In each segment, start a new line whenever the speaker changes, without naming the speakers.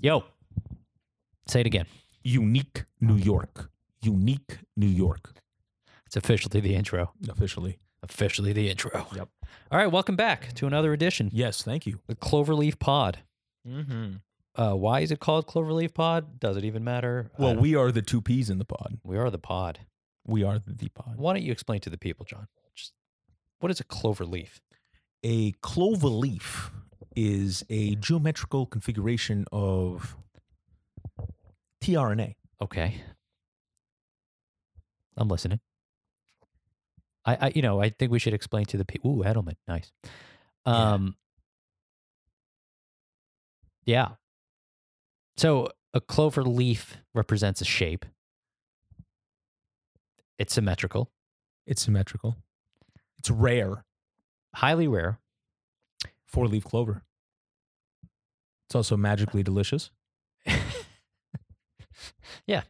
Yo. Say it again.
Unique New York. Unique New York.
It's officially the intro.
Officially.
Officially the intro.
Yep.
All right, welcome back to another edition,
Yes, thank you.
the Cloverleaf Pod.
Mm-hmm.
Uh, why is it called Cloverleaf Pod? Does it even matter? I
Well,
don't-
we are the two peas in the pod.
we are the pod.
We are the pod.
Why don't you explain to the people, John? Just what is a cloverleaf?
A clover leaf is a geometrical configuration of tRNA.
Okay. I'm listening. I, I you know, I think we should explain to the people. Ooh, Edelman, nice.
Yeah.
Um Yeah. So a clover leaf represents a shape. It's symmetrical,
It's symmetrical. It's rare.
highly rare.
Four leaf clover. It's also magically delicious.
yeah.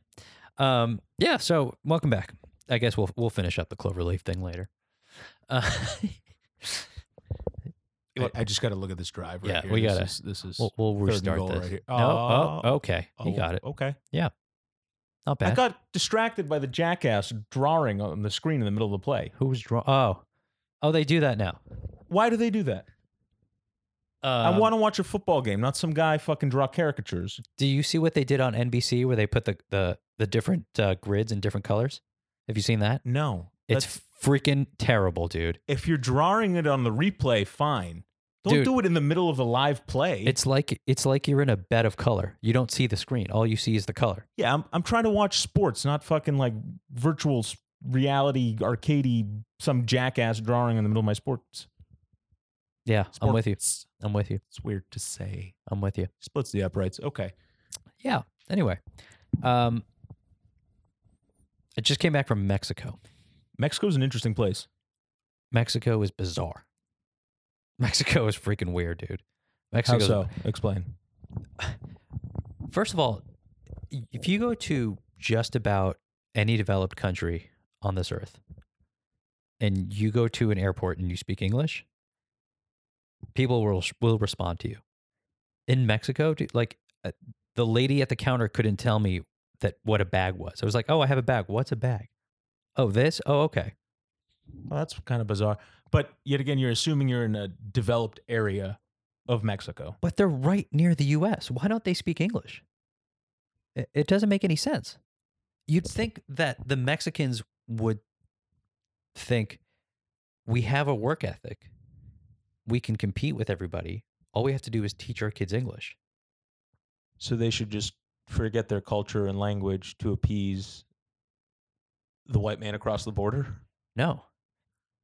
Um, yeah. So welcome back. I guess we'll we'll finish up the cloverleaf thing later. Uh, I-
I, just got to look at this drive
right Yeah, here. we This gotta-
This is, this is
we'll, we'll
and
restart
goal
this.
right here.
no. Oh,
Oh.
okay. You got it.
Okay.
Not
I
bad.
got distracted by the jackass drawing on the screen in the middle of the play.
Who was draw? Oh, oh, they do that now.
Why do they do that?
Uh,
I want to watch a football game, not some guy fucking draw caricatures.
Do you see what they did on NBC where they put the the the different uh, grids in different colors? Have you seen that?
No.
It's freaking terrible, dude.
if you're drawing it on the replay, fine. Don't
Dude.
do it in the middle of the live play.
It's like it's like you're in a bed of color. You don't see the screen. All you see is the color.
yeah, I'm, I'm trying to watch sports, not fucking like virtual s- reality arcadey some jackass drawing in the middle of my sports.
Yeah, I'm with you.
Sports.
I'm with you.
It's weird to say.
I'm with you.
Splits the uprights. Okay.
Yeah. Anyway, um, I just came back from Mexico.
Mexico's an interesting place.
Mexico is bizarre. Mexico is freaking weird, dude.
How
Mexico.
so? Explain.
First of all, if you go to just about any developed country on this earth, and you go to an airport and you speak English, people will will respond to you. In Mexico, dude, like uh, the lady at the counter couldn't tell me that what a bag was. I was like, "Oh, I have a bag. What's a bag? Oh, this. Oh, okay.
Well, that's kind of bizarre. But yet again, you're assuming you're in a developed area of Mexico.
But they're right near the US. Why don't they speak English? It, it doesn't make any sense. You'd think that the Mexicans would think we have a work ethic, we can compete with everybody. All we have to do is teach our kids English.
So they should just forget their culture and language to appease the white man across the border.
No,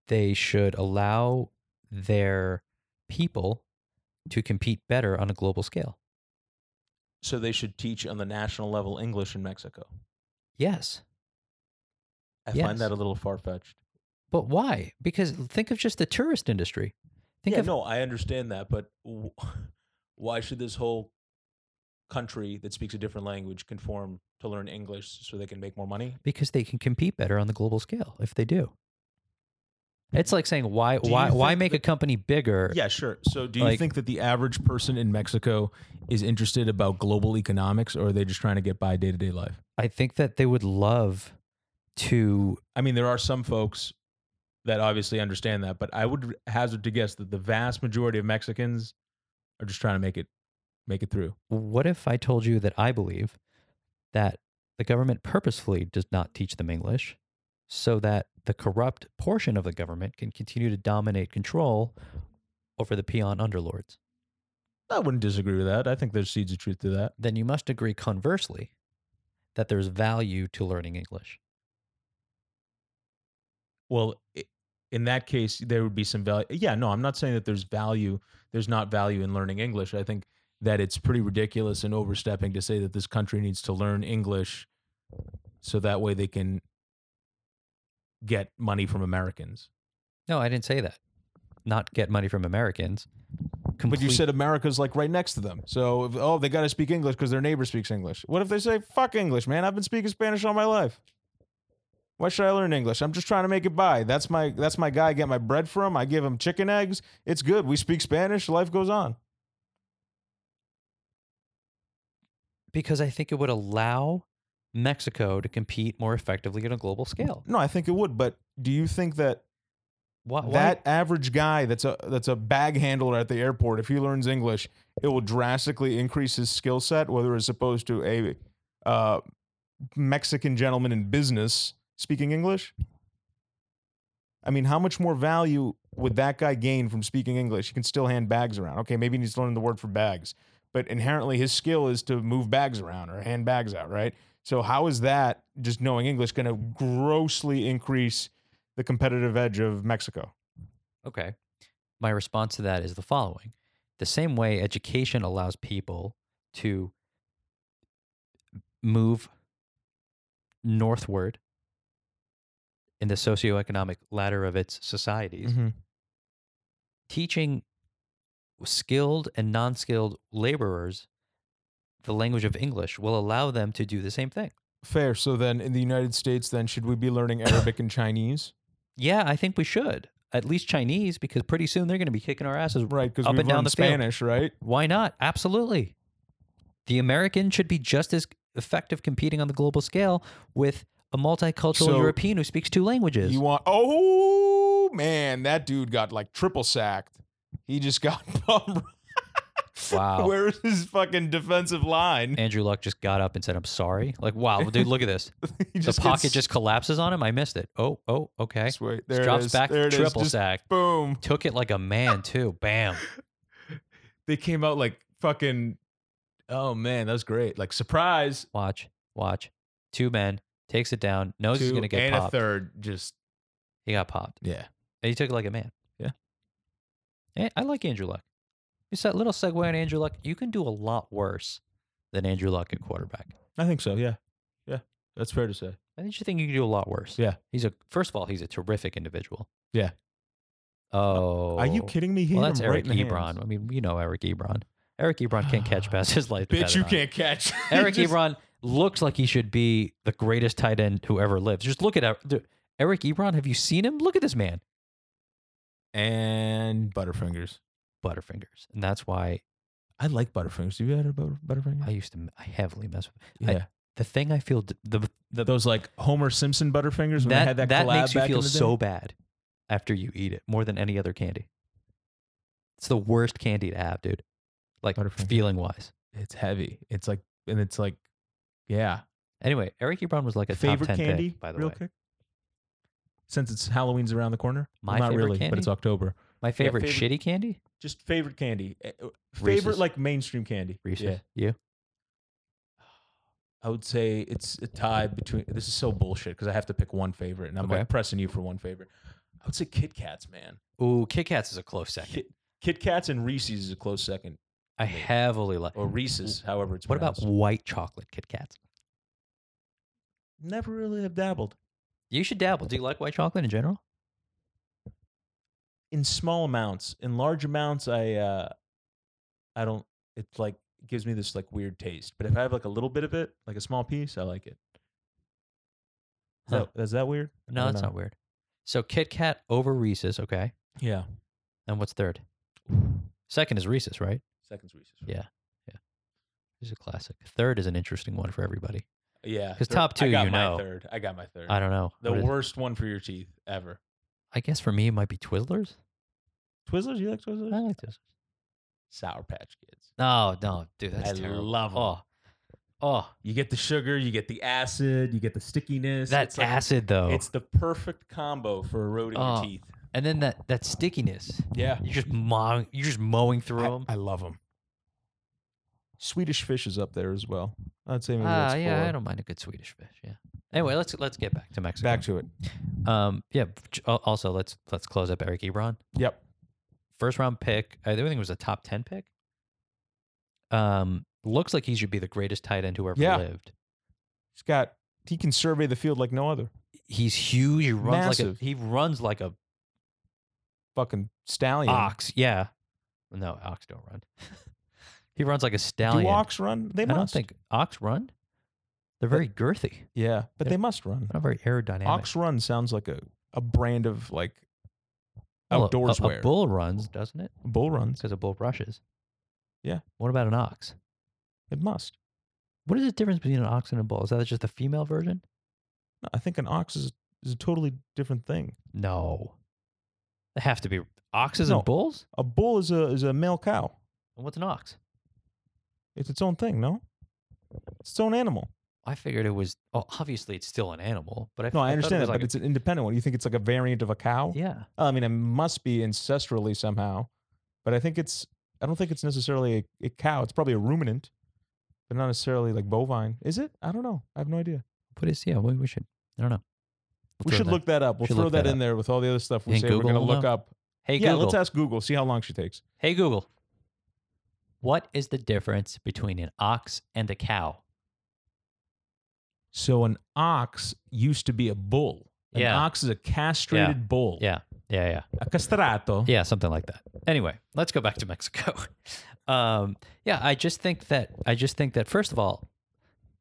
they should allow their people to compete better on a global scale.
So they should teach on the national level English in Mexico.
Yes.
I
Yes.
find that a little far fetched.
But why? Because think of just the tourist industry. Think
Yeah,
of
no, I understand that, but w- why should this whole country that speaks a different language conform to learn English so they can make more money?
because they can compete better on the global scale if they do. It's like saying why
Do
why
you
why
think
make a
that-
company bigger?
Yeah, sure. So, do you
Like-
think that the average person in Mexico is interested about global economics, or are they just trying to get by day to day life?
I think that they would love to
I mean, there are some folks that obviously understand that, but I would hazard to guess that the vast majority of Mexicans are just trying to make it make it through.
what if I told you that I believe that the government purposefully does not teach them English so that the corrupt portion of the government can continue to dominate control over the peon underlords?
I wouldn't disagree with that. I think there's seeds of truth to that.
Then you must agree conversely that there's value to learning English.
Well, i- in that case, there would be some value. Yeah, no, I'm not saying that there's value. There's not value in learning English. I think that it's pretty ridiculous and overstepping to say that this country needs to learn English so that way they can get money from Americans.
No, I didn't say that. Not get money from Americans.
But you
Complete-
said America's like right next to them. So, if, oh, they got to speak English because their neighbor speaks English. What if they say, fuck English, man? I've been speaking Spanish all my life. Why should I learn English? I'm just trying to make it by. That's my that's my guy I get my bread from. I give him chicken eggs. It's good. We speak Spanish. Life goes on.
because I think it would allow Mexico to compete more effectively on a global scale.
No, I think it would. But do you think that
Why, why-
that average guy that's a that's a bag handler at the airport, if he learns English, it will drastically increase his skill set, whether as opposed to a uh, Mexican gentleman in business speaking English? I mean, how much more value would that guy gain from speaking English? He can still hand bags around. Okay, maybe he needs to learn the word for bags, but inherently his skill is to move bags around or hand bags out, right? So how is that just knowing English going to grossly increase the competitive edge of Mexico?
Okay. My response to that is the following The same way education allows people to move northward in the socioeconomic ladder of its societies, teaching skilled and non skilled laborers the language of English will allow them to do the same thing.
Fair. So then, in the United States, then should we be learning Arabic and Chinese?
Yeah, I think we should. At least Chinese, because pretty soon they're going to be kicking our asses
Right, because
Up
we've
and down
learned
the field.
Spanish, right?
Why not? Absolutely. The American should be just as effective competing on the global scale with a multicultural
So-
European who speaks two languages.
You want? Oh man, that dude got like triple sacked. He just got bum.
wow.
Where's his fucking defensive line?
Andrew Luck just got up and said, I'm sorry. Like, wow, well, dude, look at this.
He
the pocket
gets-
just collapses on him. I missed it. Oh, oh, okay.
Sweet. There it
Drops
is.
back,
There it is.
triple
Just
sack.
Boom.
Took it like a man, too. Bam.
They came out like fucking. Oh man, that was great. Like surprise.
Watch, watch. Two men, takes it down, knows he's
Two
going to get
and a
popped.
third. Just
He got popped.
yeah.
And he took it like a man.
Yeah.
Eh, I like Andrew Luck. Just that little segue on Andrew Luck. You can do a lot worse than Andrew Luck at quarterback.
I think so. Yeah. Yeah. That's fair to say.
I think you think you can do a lot worse.
Yeah.
He's a first of all, he's a terrific individual.
Yeah. Uh,
Oh.
Are you kidding me? He
Well,
hit
that's
him
Eric
right in the
Ebron.
hands.
I mean, you know Eric Ebron. Eric Ebron can't catch past his life.
Bitch,
depended
you
on it.
can't catch.
Eric
Just-
Ebron looks like he should be the greatest tight end who ever lived. Just look at Eric- dude, Eric Ebron. Have you seen him? Look at this man.
and Butterfingers.
Butterfingers. And that's why
I like Butterfingers. Have you had a butter, Butterfinger?
I used to m- I heavily mess with I-
yeah.
the thing I feel d- the the
Those like Homer Simpson Butterfingers. When I had
that that
that, collab
makes you
back in
feel
the day.
so bad after you eat it more than any other candy. It's the worst candy to have, dude. Like
Butterfinger.
feeling wise.
It's heavy. It's like, and it's like, yeah.
Anyway, Eric Ebron was like a
favorite
top ten
candy,
pick, by the
real
way.
quick. Since it's Halloween's around the corner.
My
Well, not
favorite
really, but it's
candy?
October.
My favorite,
favorite-
shitty candy,
Just favorite candy. Eh, uh,
Reese's.
Favorite like mainstream candy.
Reese's.
Yeah.
You
I would say it's a tie between. This is so bullshit because I have to pick one favorite, and I'm
Okay.
like pressing you for one favorite. I would say Kit Kats, man.
ooh, Kit Kats is a close second.
Kit, Kit Kats and Reese's is a close second,
I heavily like.
or Reese's, however it's.
What about
pronounced.
white chocolate Kit Kats?
Never really have dabbled
You should dabble. Do you like white chocolate in general?
in small amounts. In large amounts, I, uh I don't. It's like it gives me this like weird taste. But if I have like a little bit of it, like a small piece, I like it. Is,
Huh.
that, is that weird? I
No,
don't
that's
know.
not weird. So Kit Kat over Reese's, okay.
Yeah.
And what's third? Second is Reese's, right?
Seconds Reese's.
Yeah. This is a classic. Third is an interesting one for everybody.
Yeah.
'Cause
third-
top two,
I got
you
my
know.
Third. I got my third.
I don't know.
The
What is-
worst one for your teeth ever.
I guess for me, it might be Twizzlers.
Twizzlers? You like Twizzlers?
I like Twizzlers.
Sour Patch Kids.
No, no, dude, that's
I
terrible.
love 'em.
Oh, oh,
You get the sugar, you get the acid, you get the stickiness.
that
It's like-
acid though,
It's the perfect combo for eroding
Oh,
your teeth.
and then that that stickiness.
Yeah.
You're just mowing, you're just mowing through them.
love them. Swedish fish is up there as well. I'd say maybe
Ah,
that's
yeah,
four.
I don't mind a good Swedish fish. Yeah. Anyway, let's let's get back to Mexico.
Back to it.
um, yeah. j- al- Also, let's let's close up Eric Ebron.
Yep.
first round pick. I think it was a top ten pick. Um, looks like he should be the greatest tight end who ever
Yeah.
lived.
He's got. He can survey the field like no other.
He's huge. He runs like
Massive.
a he runs like a
Fucking stallion.
ox. Yeah, no, ox don't run. he runs like a
Do
stallion.
ox run? They
I
must.
don't think ox run. They're very girthy,
Yeah, but they must run.
not very aerodynamic.
Ox run sounds like a, a brand of like
Well, a-
outdoors
a,
wear.
a bull runs, doesn't it?
bull runs.
Because a bull rushes.
Yeah.
What about an ox?
It must.
What is the difference between an ox and a bull? Is that just the female version?
No, I think an ox is is a totally different thing.
No. They have to be oxes
No.
and bulls?
A bull is a is a male cow.
And what's an ox?
It's its own thing, no? It's its own animal.
I figured it was oh, obviously it's still an animal, but I
No,
f- thought
I
it
understand
was
that,
like
but it's an independent one. You think it's like a variant of a cow?
a- yeah.
I mean, it must be ancestrally somehow, but I think it's. I don't think it's necessarily a, a cow. It's probably a ruminant, but not necessarily like bovine. Is it? I don't know. I have no idea.
But it's yeah, we, we should I don't know. We'll
we
throw
should
that-
look that up. We'll
should
throw
look
that,
that
in there with all the other stuff we
Think
say we're
Google
going to
will
look
know?
up.
Hey
yeah,
Google.
let's ask Google. See how long she takes.
hey Google. What is the difference between an ox and a cow?
So an ox used to be a bull. An
Yeah.
ox is a castrated bull.
Yeah. Yeah, yeah.
A castrato.
Yeah, something like that. Anyway, let's go back to Mexico. um, yeah, I just think that I just think that first of all,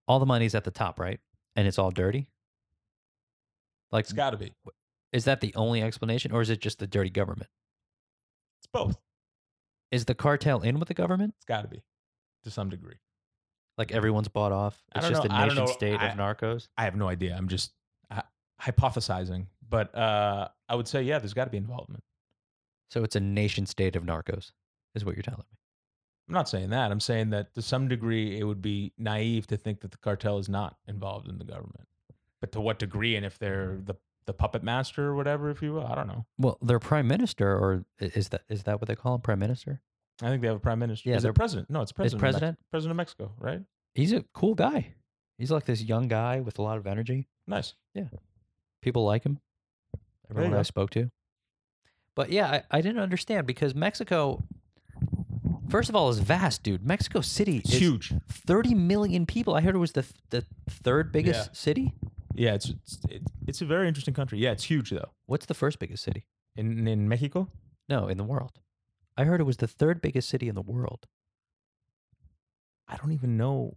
all the money's at the top, right? And it's all dirty. Like,
It's got to be. It's
is that the only explanation, or is it just the dirty government?
both.
Is the cartel in with the government?
It's got to be to some degree.
Like everyone's bought off.
I
It's
don't
just
know.
a
I don't
nation
know.
state
I-
of narcos.
I have no idea. I'm just hy- hypothesizing, but uh, I would say yeah, there's got to be involvement.
So it's a nation state of narcos, is what you're telling me.
I'm not saying that. I'm saying that to some degree, it would be naive to think that the cartel is not involved in the government. But to what degree, and if they're
Mm-hmm.
the the puppet master or whatever, if you will, I don't know.
Well, their prime minister, or i- is that is that what they call him, prime minister?
I think they have a prime minister.
Yeah,
is it
they're-
president? No, it's
Is
president. of Mex-
president?
president of Mexico, right?
He's a cool guy. He's like this young guy with a lot of energy.
Nice.
people like him.
you
Everyone
go.
I spoke to. But yeah, I, I didn't understand because Mexico, first of all, is vast, dude. Mexico City
It's
is
huge.
30 million people. I heard it was the th- the third biggest
Yeah.
city.
Yeah, it's, it's it's it's a very interesting country. Yeah, it's huge though.
What's the first biggest city?
In in Mexico,
No, in the world. I heard it was the third biggest city in the world.
I don't even know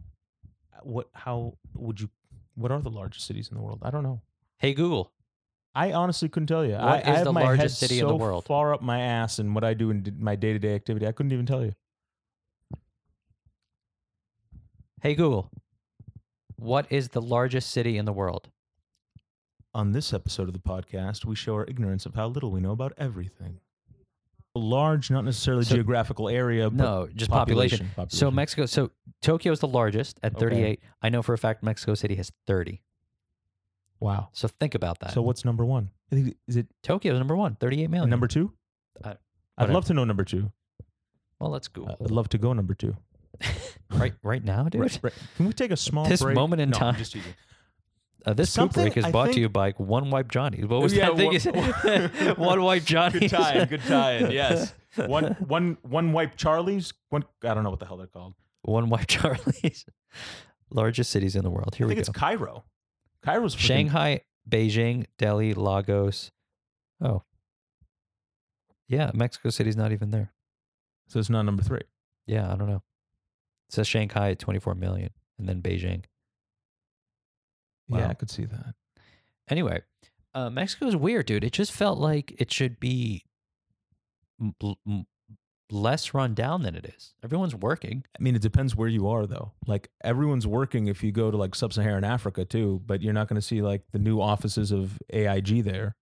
uh, what how would you what are the largest cities in the world? I don't know.
Hey Google,
I honestly couldn't tell you. I, I
What is
have
the
my
largest
head
city
so
in the world?
Far up my ass in what I do in d- my day to day activity. I couldn't even tell you.
hey Google, what is the largest city in the world?
On this episode of the podcast, we show our ignorance of how little we know about everything. Large, not necessarily
So-
geographical area, but
No, just population. So
population.
Mexico, so Tokyo is the largest at
Okay.
38. I know for a fact Mexico City has 30.
wow.
So think about that.
So what's number one? Uh, I think- Is it
Tokyo's number one, 38 million.
number two?
Uh,
I'd
whatever.
love to know number two.
well, let's
Uh,
Google.
I'd love to go number two.
right, right now, dude.
Uh, Right, right. Can we take a small
This
break?
moment in
No, I'm
time.
just teasing.
Uh, this poop
Something
break is
I
brought
think-
to you by One Wipe Johnny. What was
Yeah,
that thing?
one-
you said? one Wipe Johnny.
Good tie, good tie. Yes, one one one wipe Charlie's. One I don't know what the hell they're called.
One Wipe Charlie's. Largest cities in the world. Here
I
we
think
go.
it's Cairo. Cairo's freaking-
Shanghai, Beijing, Delhi, Lagos. Oh. Yeah, Mexico City's not even there.
So it's not number three.
Yeah, I don't know. It says Shanghai at 24 million and then Beijing.
Yeah,
Wow.
I could see that.
Anyway, uh, Mexico is weird, dude. It just felt like it should be m- l- m- less run down than it is. Everyone's working.
I mean, it depends where you are, though. Like everyone's working if you go to like sub-Saharan Africa too, but you're not going to see like the new offices of AIG there.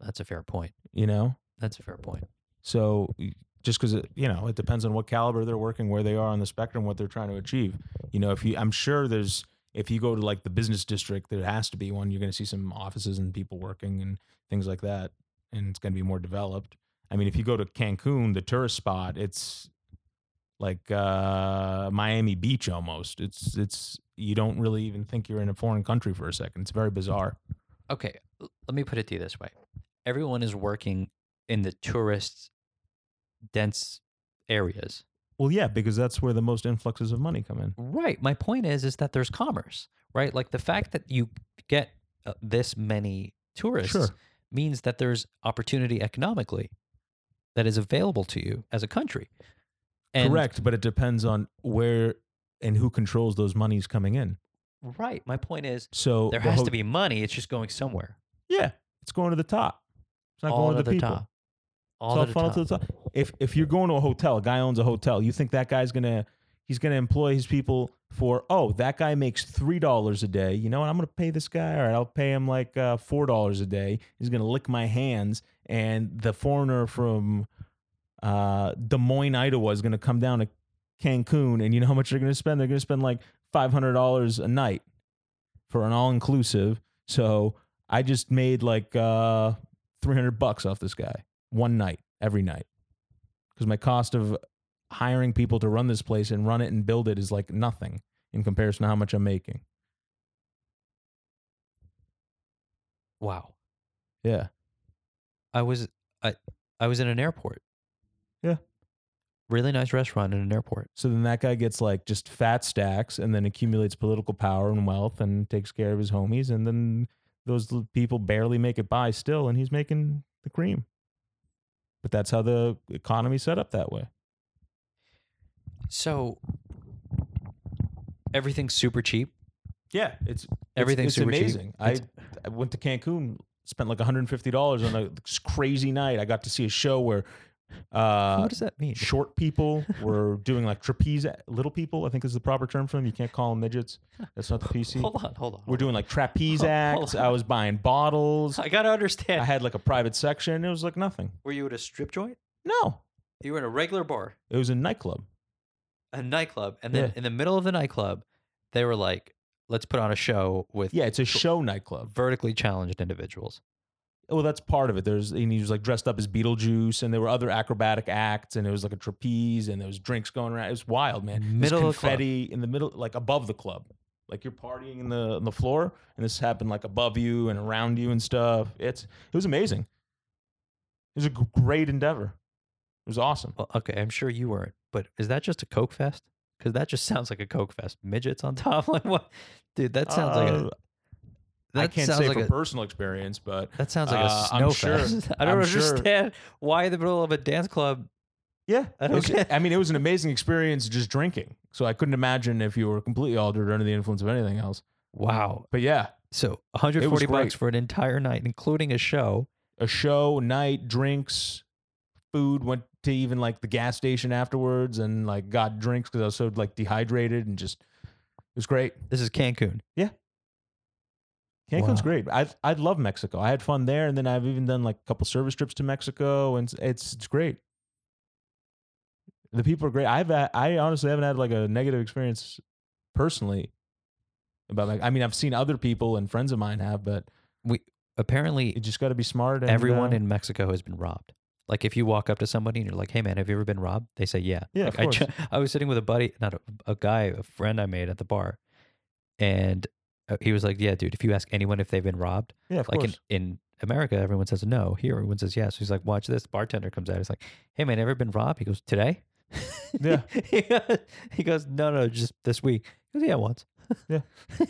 That's a fair point.
You know,
That's a fair point.
so just because you know, it depends on what caliber they're working, where they are on the spectrum, what they're trying to achieve. You know, if you, I'm sure there's. If you go to like the business district, there has to be one. You're going to see some offices and people working and things like that, and it's going to be more developed. I mean, if you go to Cancun, the tourist spot, it's like uh, Miami Beach almost. It's it's you don't really even think you're in a foreign country for a second. It's very bizarre.
Okay, l- let me put it to you this way: everyone is working in the tourist dense areas.
Well, yeah, because that's where the most influxes of money come in.
Right. My point is, is that there's commerce, right? Like the fact that you get uh, this many tourists
Sure.
means that there's opportunity economically that is available to you as a country. And-
Correct, but it depends on where and who controls those monies coming in.
Right. My point is,
So
there
Oh, the
has
ho-
to be money. It's just going somewhere.
Yeah, it's going to the top. It's not
all
going
to
to
the
the people.
top.
It's
All
all
to the
funnel
top.
to the top. If if you're going to a hotel, a guy owns a hotel, you think that guy's gonna he's gonna employ his people for oh that guy makes three dollars a day. You know what? I'm gonna pay this guy. All right, I'll pay him like uh, four dollars a day. He's gonna lick my hands, and the foreigner from uh, Des Moines, Iowa, is gonna come down to Cancun, and you know how much they're gonna spend? They're gonna spend like five hundred dollars a night for an all inclusive. So I just made like uh, three hundred bucks off this guy one night every night because my cost of hiring people to run this place and run it and build it is like nothing in comparison to how much I'm making.
Wow.
Yeah.
I was I I was in an airport.
Yeah.
Really nice restaurant in an airport.
So then that guy gets like just fat stacks and then accumulates political power and wealth and takes care of his homies. And then those l- people barely make it by still, and he's making the cream. But that's how the economy's set up that way.
So everything's super cheap.
Yeah, it's it's-
Everything's
it's
super
amazing.
cheap.
I,
It's-
I went to Cancun, spent like 150 dollars on a this crazy night. I got to see a show where uh,
what does that mean?
short people were doing like trapeze, little people. I think is the proper term for them. You can't call them midgets. That's not the PC.
Hold on, hold on.
We're
hold
doing like trapeze
Hold on. Oh,
acts. I was buying bottles.
on. I gotta
I
understand.
had like a private section. It was like nothing.
Were you at a strip joint?
No,
You were in a regular bar,
it was a nightclub.
a nightclub, and then
Yeah.
in the middle of the nightclub, they were like, "Let's put on a show with
Yeah, it's a show nightclub.
vertically challenged individuals."
Well, that's part of it. There's and he was like dressed up as Beetlejuice, and there were other acrobatic acts, and it was like a trapeze, and there was drinks going around. It was wild, man. There's
Middle of the club.
confetti in the middle, like above the club, like you're partying in the on the floor, and this happened like above you and around you and stuff. It's it was amazing. It was a g- great endeavor. It was awesome.
Well, okay, I'm sure you weren't, but is that just a coke fest? Because that just sounds like a coke fest. Midgets on top, like what? Dude, that sounds like a
Uh,
that
I can't
sounds
say
like
for
a,
personal experience, but
that sounds like
uh,
a
I'm
snow
sure-
fest. I don't
I'm sure-
understand why in the middle of a dance club.
Yeah,
I don't
it's-
get-
I mean, it was an amazing experience just drinking. So I couldn't imagine if you were completely altered or under the influence of anything else.
Wow.
But yeah,
So 140
great.
bucks for an entire night, including a show.
a show, night, drinks, food. Went to even like the gas station afterwards and like got drinks because I was so like dehydrated and just it was great.
This is Cancun.
Cancun's
Wow.
great. I I love Mexico. I had fun there, and then I've even done like a couple service trips to Mexico, and it's it's, it's great. The people are great. I've had, I honestly haven't had like a negative experience personally about like I mean I've seen other people and friends of mine have, but you
Apparently,
just got to be smart. And,
everyone
uh,
in Mexico has been robbed. Like if you walk up to somebody and you're like, "Hey man, have you ever been robbed?" They say, "Yeah."
Yeah,
Like,
of
I, ju- I was sitting with a buddy, not a, a guy, a friend I made at the bar, and uh, he was like, "Yeah, dude, if you ask anyone if they've been robbed,
yeah, of
like in,
course.
in America, everyone says no. Here, everyone says yes." He's like, "Watch this." Bartender comes out. He's like, "Hey man, ever been robbed?" He goes, "Today."
Yeah.
he goes, "No, no, just this week." He goes, "Yeah, once."
Yeah.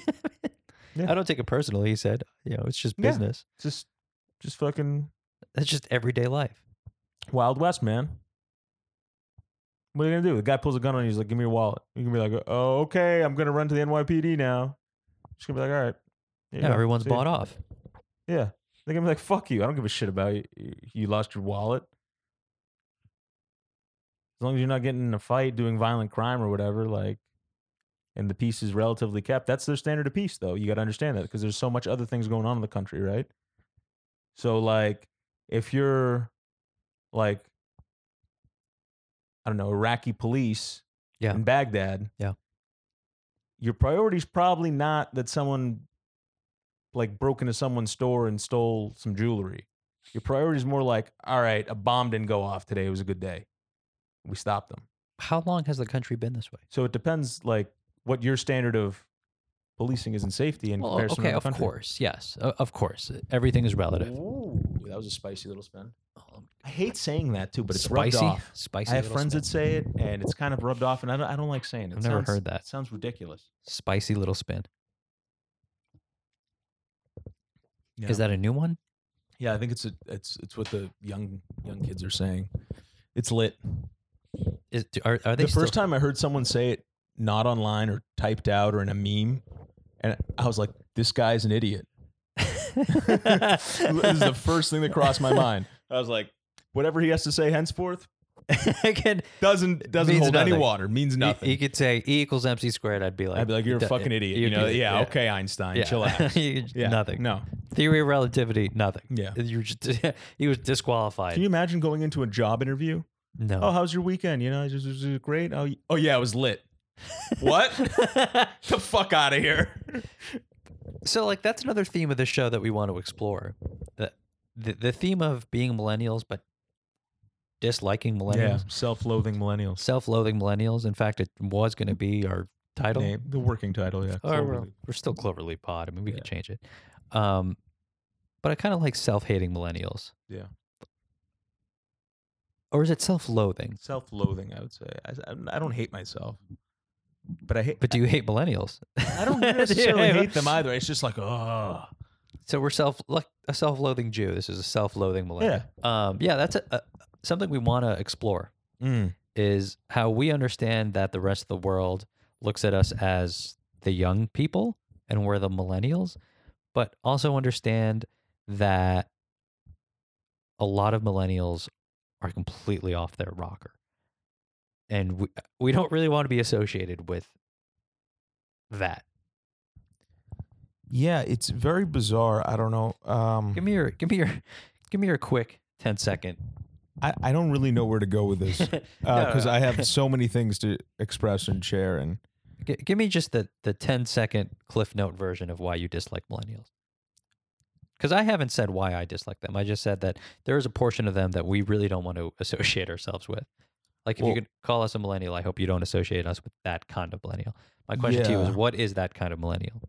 Yeah.
I don't take it personally. He said, "You know, it's just
Yeah.
business.
just just fucking
That's just everyday life."
Wild West, man. What are you gonna do? The guy pulls a gun on you. He's like, "Give me your wallet." You can be like, "Oh, okay, I'm gonna run to the NYPD now." Just gonna be like, "All right." here you
Yeah,
go.
everyone's
See ya."
bought off.
Yeah, they're gonna be like, "Fuck you! I don't give a shit about you. You- You lost your wallet." As long as you're not getting in a fight, doing violent crime or whatever, like, and the peace is relatively kept. That's their standard of peace, though. You got to understand that because there's so much other things going on in the country, right? So, like, if you're like, I don't know, Iraqi police
Yeah.
in Baghdad,
Yeah.
your priority's probably not that someone like broke into someone's store and stole some jewelry. Your priority is more like, all right, a bomb didn't go off today. It was a good day. We stopped them.
How long has the country been this way?
So it depends, like, what your standard of policing is in safety in
Well,
comparison to
okay,
other
of
countries.
course, yes, o- of course, everything is relative.
Ooh, that was a spicy little spin. I hate saying that too, but it's rubbed
spicy,
off.
spicy.
I have
little
friends
spin.
that say it, and it's kind of rubbed off, and I don't, I don't like saying it.
I've never
Sounds-
heard that.
It sounds ridiculous.
spicy little spin.
Yeah.
Is that a new one?
Yeah, I think it's a, it's it's what the young young kids are saying. It's lit.
Is do- are, are they
the first
still-
time I heard someone say it, not online or typed out or in a meme, and I was like, "This guy's an idiot." this is the first thing that crossed my mind. I was like, "Whatever he has to say henceforth,
Again,
Doesn't doesn't
Means
hold any
nothing.
water. Means
you,
nothing.
you could say E equals MC squared. I'd be like,
I'd be like, you're a
"Duh,
fucking idiot. You
you'd
know?
be-
Yeah, Okay, Einstein.
yeah.
Chill out.
You-
Yeah.
Nothing.
No.
Theory of relativity, nothing.
Yeah.
You're just, he was disqualified.
Can you imagine going into a job interview?
no.
Oh, how's your weekend? You know, it was, it was great. Oh, y- oh yeah, it was lit. what? the fuck out of here.
so like that's another theme of the show that we want to explore the, the, the theme of being millennials but disliking millennials
Yeah, self-loathing millennials.
self-loathing millennials in fact it was going to be our title
Mm-hmm. Name- the working title,
Oh,
yeah.
or we're,
Cloverleaf. Mm-hmm.
we're still cloverleaf pod i mean we
Yeah.
could change it um, but i kind of like self-hating millennials
Yeah.
or is it self-loathing
Self-loathing, I would say. I, I- I don't hate myself, but I hate.
but do you hate millennials
I don't necessarily hate them either. It's just like, oh,
so we're self like a self-loathing jew this is a self-loathing millennial yeah, um, yeah that's a, a, something we want to explore
Mm.
is how we understand that the rest of the world looks at us as the young people and we're the millennials, but also understand that a lot of millennials are completely off their rocker. And we, we don't really want to be associated with that.
Yeah, it's very bizarre. I don't know. Um,
Give me your give me your give me your quick 10 second.
I, I don't really know where to go with this
No, no,
because
no.
I have so many things to express and share. And
G- give me just the the 10 second cliff note version of why you dislike millennials because i haven't said why i dislike them i just said that there is a portion of them that we really don't want to associate ourselves with like if
Well-
you could call us a millennial i hope you don't associate us with that kind of millennial my question to you is
Yeah.
what is that kind of millennial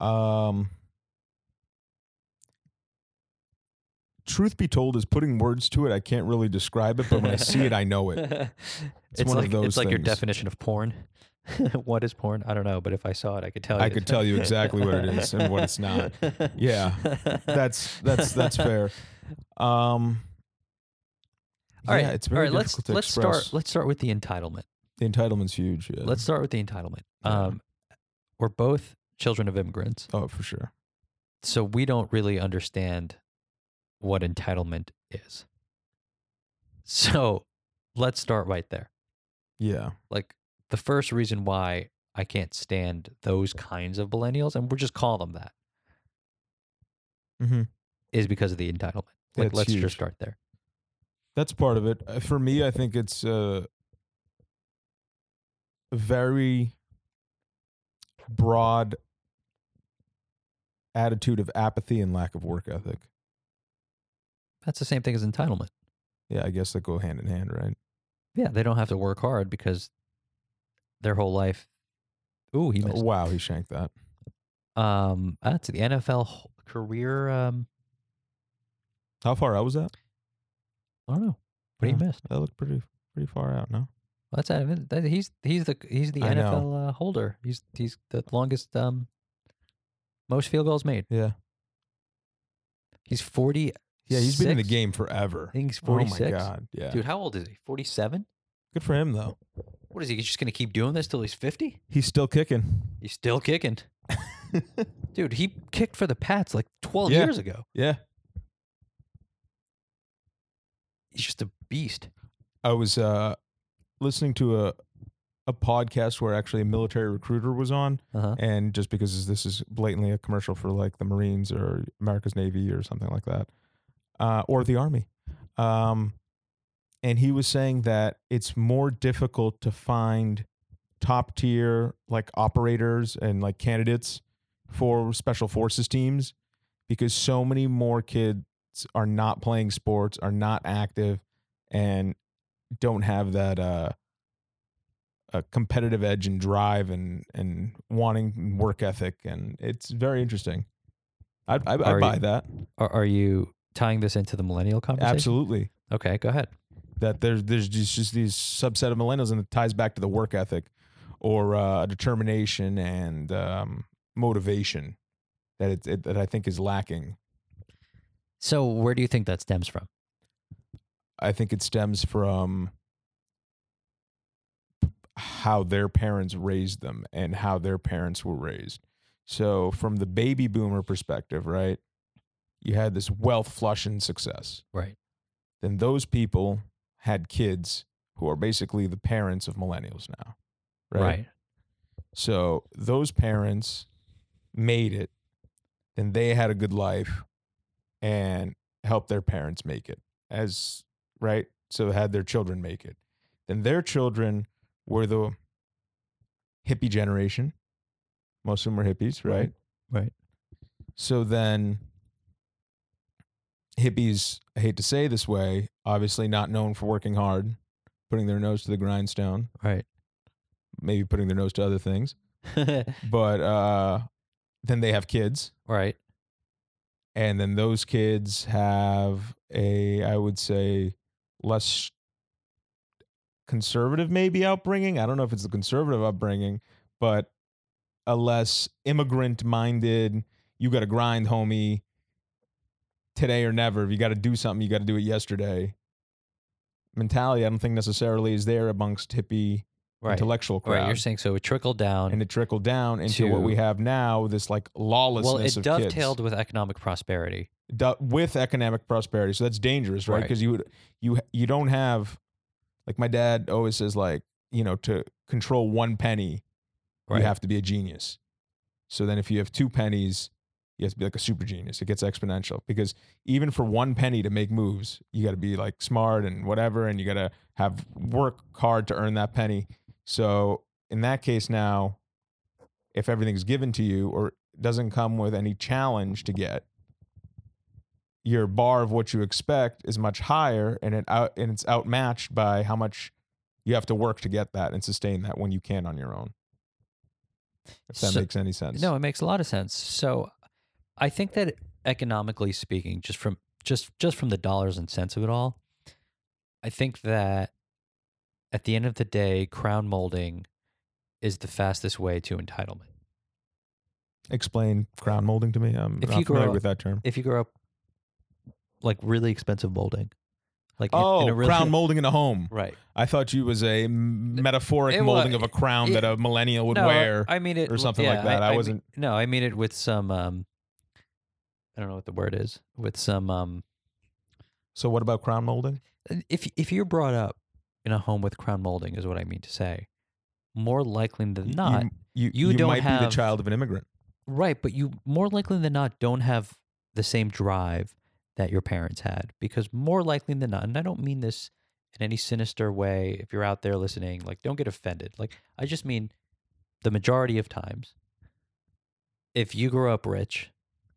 um, truth be told, is putting words to it. I can't really describe it, but when I see it, I know it.
it's,
one of
like
those
it's like your
things.
definition of porn what is porn i don't know but if i saw it i could tell you
I could tell you exactly what it is and what it's not. Yeah, That's that's that's fair. Um,
All right.
yeah, it's very
All right, let's
difficult to
let's
express.
start let's start with the entitlement.
the entitlement's huge. Yeah.
Let's start with the entitlement.
Yeah.
Um, we're both children of immigrants,
oh for sure.
so we don't really understand what entitlement is. So, let's start right there.
Yeah,
Like the first reason why I can't stand those kinds of millennials, and we'll just call them that,
mm-hmm.
is because of the entitlement. Like,
That's
let's
huge.
just start there.
that's part of it. Uh, For me, I think it's uh, a very broad attitude of apathy and lack of work ethic.
That's the same thing as entitlement.
Yeah, I guess that go hand in hand, right?
Yeah, they don't have to work hard because their whole life. Ooh, he missed.
Oh, wow, he shanked that.
um that's the NFL h- career um
How far out was that?
I don't know what he
Yeah.
missed.
That looked pretty pretty far out. No,
That's out of it. That- he's he's the he's the
I know.
NFL uh, holder. He's he's the longest um most field goals made.
yeah,
He's 40
yeah. He's been in the
Six?
game forever.
I think he's
Oh
46.
my god, yeah.
Dude, how old is he? 47?
Good for him though.
What is he? He's just going to keep doing this till he's 50?
He's still kicking.
He's still kicking. Dude, he kicked for the Pats like 12
Yeah.
years ago.
yeah,
He's just a beast.
I was uh, listening to a a podcast where actually a military recruiter was on,
Uh-huh.
and just because this is blatantly a commercial for like the Marines or America's Navy or something like that, uh, or the Army, um, and he was saying that it's more difficult to find top tier like operators and like candidates for special forces teams because so many more kids are not playing sports, are not active, and don't have that uh, a competitive edge and drive and and wanting and work ethic, and it's very interesting. I I, I
Are
buy
you-
that
Are, are you tying this into the millennial conversation?
absolutely.
Okay, go ahead.
that there's there's just, just these subset of millennials and it ties back to the work ethic or uh, determination and um, motivation that it, it, that I think is lacking.
So, where do you think that stems from?
I think it stems from how their parents raised them and how their parents were raised. So from the baby boomer perspective, right? You had this wealth flush and success.
Right.
then those people had kids who are basically the parents of millennials now.
Right.
So those parents made it, then they had a good life and helped their parents make it as right. So had their children make it. Then their children were the hippie generation. Most of them were hippies, right?
Right.
So then hippies, I hate to say this way, obviously not known for working hard, putting their nose to the grindstone,
Right.
maybe putting their nose to other things.
Right.
but uh then they have kids
right.
and then those kids have a i would say less conservative maybe upbringing i don't know if it's the conservative upbringing but a less immigrant minded you got to grind homie today or never if you got to do something you got to do it yesterday mentality i don't think necessarily is there amongst hippie intellectual crowd
Right. You're saying so it trickled down.
and it trickled down into what we
to-
have now this like lawlessness
well, it
of
dovetailed with economic prosperity.
kids, do- with economic prosperity so that's dangerous right
Right.
because you would you you don't have like my dad always says like you know to control one penny
Right.
you have to be a genius so then if you have two pennies you have to be like a super genius it gets exponential because even for one penny to make moves you got to be like smart and whatever and you got to have work hard to earn that penny so in that case now if everything's given to you or doesn't come with any challenge to get your bar of what you expect is much higher and it out and it's outmatched by how much you have to work to get that and sustain that when you can on your own if that
So-
makes any sense
No, it makes a lot of sense. So I think that economically speaking, just from just just from the dollars and cents of it all, I think that at the end of the day, crown molding is the fastest way to entitlement.
explain crown molding to me i'm
If
not
you grow
familiar
up-
with that term
If you grow up like really expensive molding, like in-
oh
in a really,
crown molding in a home
right?
i thought you was a m- metaphoric
It wa-
molding of a crown
it-
that a millennial would
No,
wear
I mean it
or something like
yeah,
that. I
mean-
wasn't-
no, I mean it with some. um I don't know what the word is. With some um
so what about crown molding
if if you're brought up in a home with crown molding is what I mean to say, more likely than
You-
not,
you
you
you,
don't
might be the
have-
child of an immigrant
right? But you more likely than not don't have the same drive that your parents had because more likely than not, and I don't mean this in any sinister way. If you're out there listening, like don't get offended. Like I just mean the majority of times, if you grow up rich,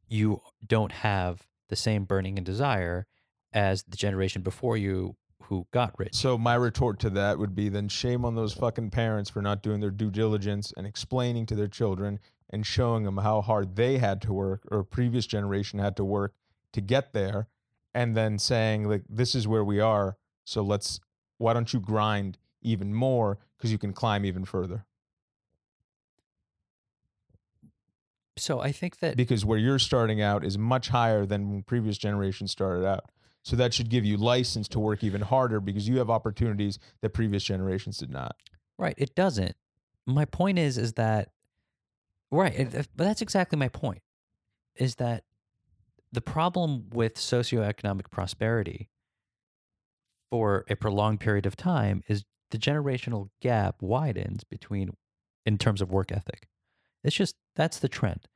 you don't have the same burning and desire as the generation before you who got rich.
So my retort to that would be then shame on those fucking parents for not doing their due diligence and explaining to their children and showing them how hard they had to work or previous generation had to work to get there and then saying like this is where we are so let's why don't you grind even more cuz you can climb even further
So I think that
because where you're starting out is much higher than when previous generations started out so that should give you license to work even harder because you have opportunities that previous generations did not
Right, it doesn't. My point is is that right, it- it- but that's exactly my point. Is that the problem with socioeconomic prosperity for a prolonged period of time is the generational gap widens between in terms of work ethic. It's just that's the trend.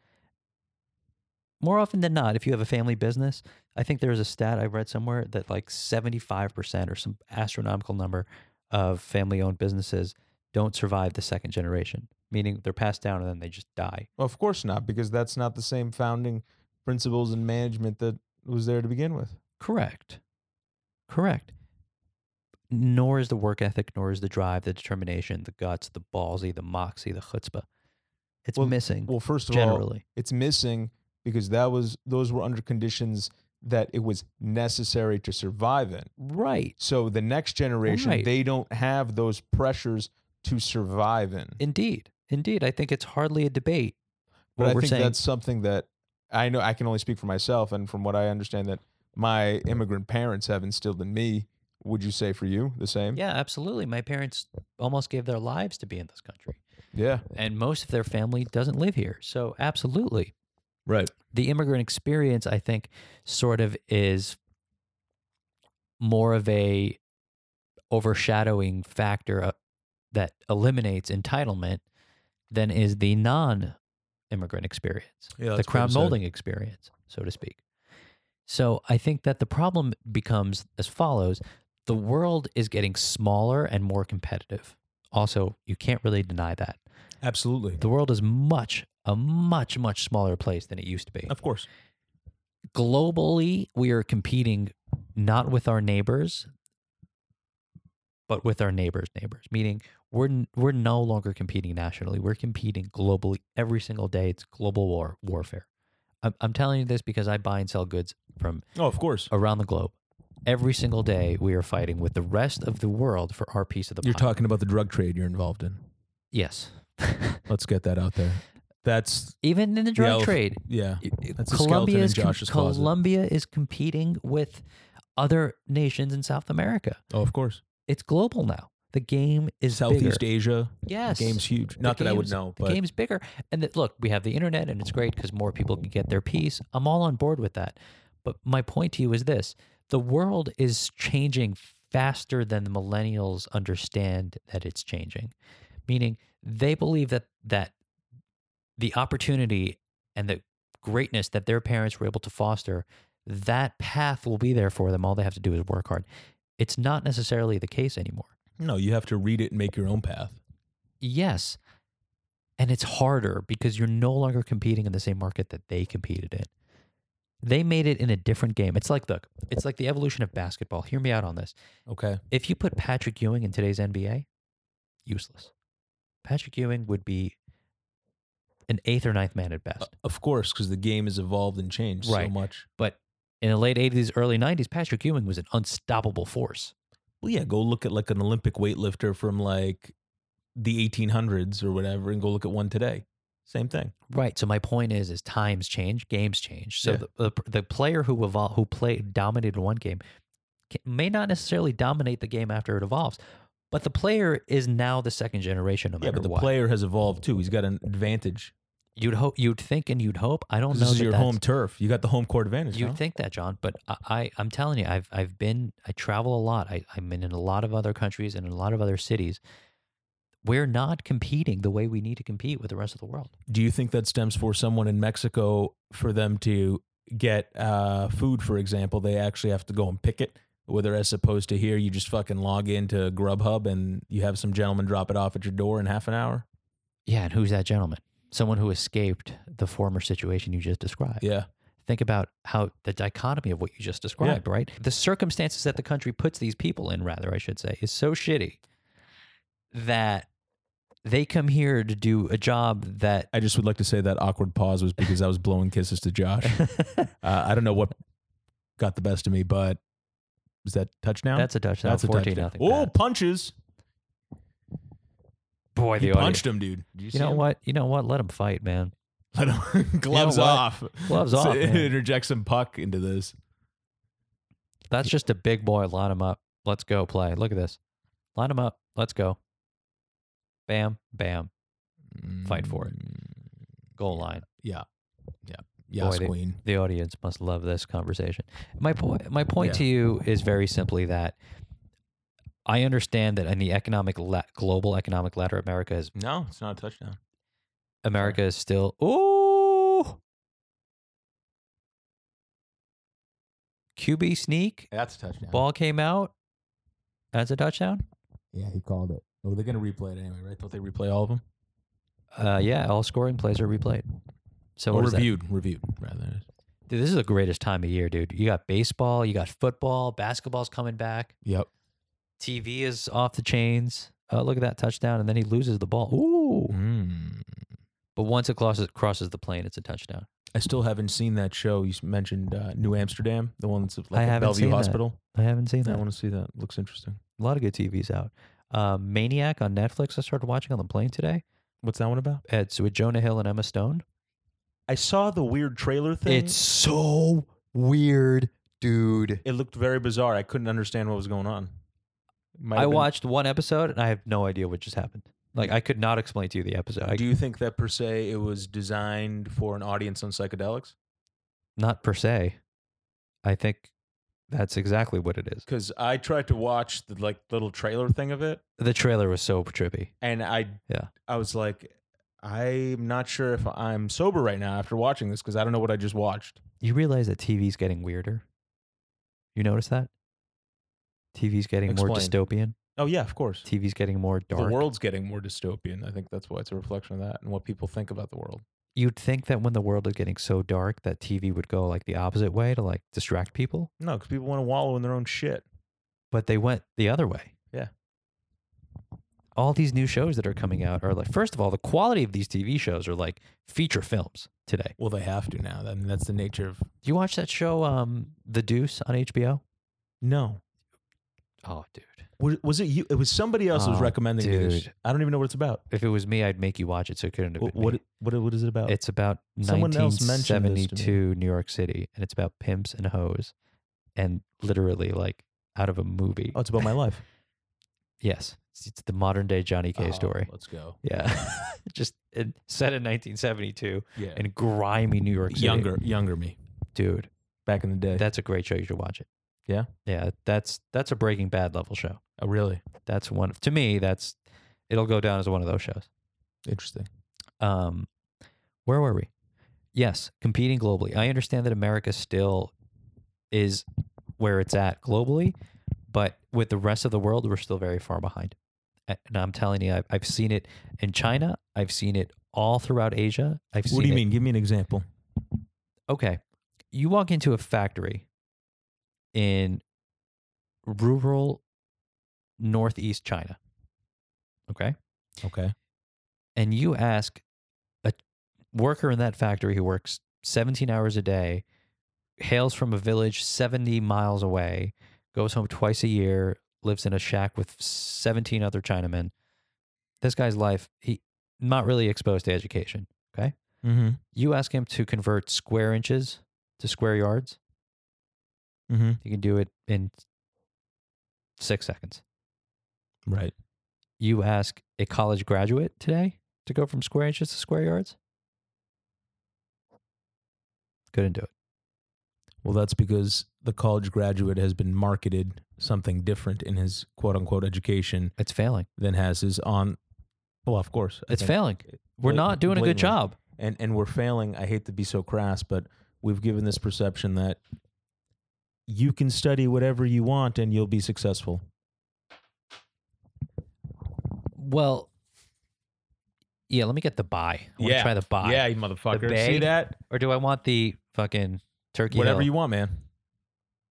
More often than not, if you have a family business, I think there's a stat I read somewhere that like 75% or some astronomical number of family owned businesses don't survive the second generation, meaning they're passed down and then they just die.
Well, of course not, because that's not the same founding principles and management that was there to begin with.
Correct. Correct. Nor is the work ethic, nor is the drive, the determination, the guts, the ballsy, the moxie, the chutzpah. It's missing
Well, first of all,
generally.
it's missing because that was those were under conditions that it was necessary to survive in.
right.
So the next generation,
Right.
they don't have those pressures to survive in.
Indeed. Indeed. I think it's hardly a debate.
but
what
I
we're
think
saying.
that's something that I know I can only speak for myself and from what I understand that my immigrant parents have instilled in me. Would you say for you the same?
Yeah, absolutely. My parents almost gave their lives to be in this country,
Yeah.
and most of their family doesn't live here. So, absolutely.
Right.
the immigrant experience, I think, sort of is more of a overshadowing factor uh, that eliminates entitlement than is the non immigrant experience,
Yeah,
the
that's
crown
well said.
molding experience, so to speak. So I think that the problem becomes as follows the world is getting smaller and more competitive. Also, you can't really deny that.
Absolutely.
The world is much, a much, much smaller place than it used to be
Of course.
globally we are competing not with our neighbors but with our neighbors neighbors meaning we're n- we're no longer competing nationally we're competing globally every single day it's global war warfare i'm, I'm telling you this because i buy and sell goods from
Oh, of course.
around the globe every single day we are fighting with the rest of the world for our piece of the
You're
pie.
talking about the drug trade you're involved in.
yes
Let's get that out there. That's
even in the drug
elf-
trade
yeah. That's a skeleton
Colombia
in
is com-
Josh's closet.
Colombia is competing with other nations in South America.
Oh, of course.
It's global now. The game is
Southeast
bigger.
Asia.
Yes,
The game's huge.
The
Not that I would
game's-
know,
The
but
game's bigger, and that look, we have the internet, and it's great because more people can get their piece. I'm all on board with that. But my point to you is this: the world is changing faster than the millennials understand that it's changing. Meaning, they believe that that the opportunity and the greatness that their parents were able to foster, that path will be there for them. All they have to do is work hard. It's not necessarily the case anymore.
no, you have to read it and make your own path.
Yes. And it's harder because you're no longer competing in the same market that they competed in. They made it in a different game. It's like, look, it's like the evolution of basketball. Hear me out on this.
Okay.
If you put Patrick Ewing in today's NBA, useless. Patrick Ewing would be an eighth or ninth man at best.
Uh, of course, because the game has evolved and changed
Right.
so much.
But in the late 80s, early 90s, Patrick Ewing was an unstoppable force.
Well, yeah, go look at like an Olympic weightlifter from like the 1800s or whatever and go look at one today. Same thing.
Right. So my point is, is times change, games change. So
Yeah.
the, the the player who evol- who played dominated one game ca- may not necessarily dominate the game after it evolves, but the player is now the second generation. No
yeah,
matter
but the
what,
player has evolved too. He's got an advantage.
you'd hope, you'd think, and you'd hope. I don't
This
know.
is
that
your
that's-
home turf. You got the home court advantage.
You'd
no?
think that, John, but I, I I'm telling you, I've I've been I travel a lot. I, I'm in, in a lot of other countries and in a lot of other cities. We're not competing the way we need to compete with the rest of the world.
Do you think that stems for someone in Mexico for them to get uh, food, for example? They actually have to go and pick it, whether as opposed to here, you just fucking log into Grubhub and you have some gentleman drop it off at your door in half an hour.
Yeah, and who's that gentleman? Someone who escaped the former situation you just described.
Yeah,
Think about how the dichotomy of what you just described, right? The circumstances that the country puts these people in, rather, I should say, is so shitty that they come here to do a job that.
I just would like to say that awkward pause was because I was blowing kisses to Josh. Uh, I don't know what got the best of me, but was that touchdown?
That's uh, a touchdown.
That's
14
touchdown.
nothing.
Oh,
Pat.
punches!
boy, the
He
audience.
punched him, dude. Did
You
see
know
him?
what? You know what? Let them fight, man.
Let him- gloves
what?
off.
Gloves
So
off.
it
man.
Interject some puck into this.
That's just a big boy. Line them up. Let's go play. Look at this. Line them up. Let's go. Bam, bam. Mm, Fight for it. Goal line.
Yeah. Yeah. Yes,
Boy, they-
Queen.
The audience must love this conversation. My point. My point
Yeah.
to you is very simply that I understand that in the economic la- global economic ladder, America is
No, it's not a touchdown.
America is still. Ooh. QB sneak.
That's a touchdown.
Ball came out. That's a touchdown.
Yeah, he called it. Oh, they're going to replay it anyway, right? Don't they replay all of them?
Uh, yeah, all scoring plays are replayed. So
or
what is that?
reviewed. Reviewed, rather.
Dude, this is the greatest time of year, dude. You got baseball, you got football, basketball's coming back.
Yep.
TV is off the chains. Uh, look at that touchdown, and then he loses the ball. Ooh!
Mm.
But once it crosses crosses the plane, it's a touchdown.
I still haven't seen that show. You s- mentioned uh, New Amsterdam, the one that's
I
like at
haven't
Bellevue
seen that.
Hospital.
I haven't seen
I
that.
want to see that. Looks interesting.
A lot of good TVs out. Um, Maniac on Netflix. I started watching on the plane today.
What's that one about?
It's with Jonah Hill and Emma Stone.
I saw the weird trailer thing.
It's so weird, dude.
it looked very bizarre. I couldn't understand what was going on. Might
I
have been-
watched one episode and I have no idea what just happened. Like I could not explain to you the episode. I,
Do you think that per se it was designed for an audience on psychedelics?
not per se. I think That's exactly what it is.
because I tried to watch the like little trailer thing of it,
The trailer was so trippy.
and I
Yeah.
I was like, I'm not sure if I'm sober right now after watching this because I don't know what I just watched.
You realize that TV's getting weirder? You notice that? TV's getting more
Explain.
dystopian.
Oh yeah, of course.
TV's getting more dark.
The world's getting more dystopian. I think that's why it's a reflection of that and what people think about the world.
You'd think that when the world is getting so dark that TV would go like the opposite way to like distract people,
No, because people want to wallow in their own shit.
but they went the other way.
Yeah.
All these new shows that are coming out are like first of all, the quality of these TV shows are like feature films today.
Well, they have to now. I mean, that's the nature of.
Do you watch that show um The Deuce on HBO?
No,
Oh, dude.
was, was it you? It was somebody else who was
Oh,
recommending me this.
dude.
I don't even know what it's about.
If it was me, I'd make you watch it so it couldn't have
What
been
what,
me.
what what is it about?
It's about
Oh. Someone else mentioned this to
1972
me.
New York City, and it's about pimps and hoes, and literally like out of a movie.
oh, it's about my life.
Yes, it's, it's the modern day Johnny K
Oh,
story.
Let's go.
Yeah, just it, set in 1972
Yeah.
in grimy New York City.
younger, younger me
dude,
back in the day.
that's a great show. You should watch it.
Yeah?
yeah, that's that's a Breaking Bad level show.
oh, really
That's one to me. That's it'll go down as one of those shows.
interesting.
um where were we yes competing globally i understand that america still is where it's at globally but with the rest of the world we're still very far behind A- and i'm telling you i've, I've seen it in china i've seen it all throughout asia i've seen
what do you
it-
mean? Give me an example.
okay you walk into a factory in rural northeast china okay
Okay.
and you ask a worker in that factory who works 17 hours a day, hails from a village 70 miles away, goes home twice a year, lives in a shack with 17 other Chinamen. This guy's life, he not really exposed to education.
Mm-hmm.
You ask him to convert square inches to square yards.
Mm-hmm.
He can do it in six seconds.
Right.
You ask a college graduate today to go from square inches to square yards. Couldn't do it.
Well, that's because the college graduate has been marketed something different in his quote unquote education
It's failing.
than has his on. Well, of course, I
It's
think-
failing. We're
Blat-
not doing a good
blatantly.
job.
and and we're failing. I hate to be so crass, but we've given this perception that you can study whatever you want and you'll be successful.
Well, yeah, let me get the buy. I want to
Yeah.
try the buy.
you motherfucker. See
bag?
that?
Or do I want the fucking turkey?
Whatever
Hill?
you want, man.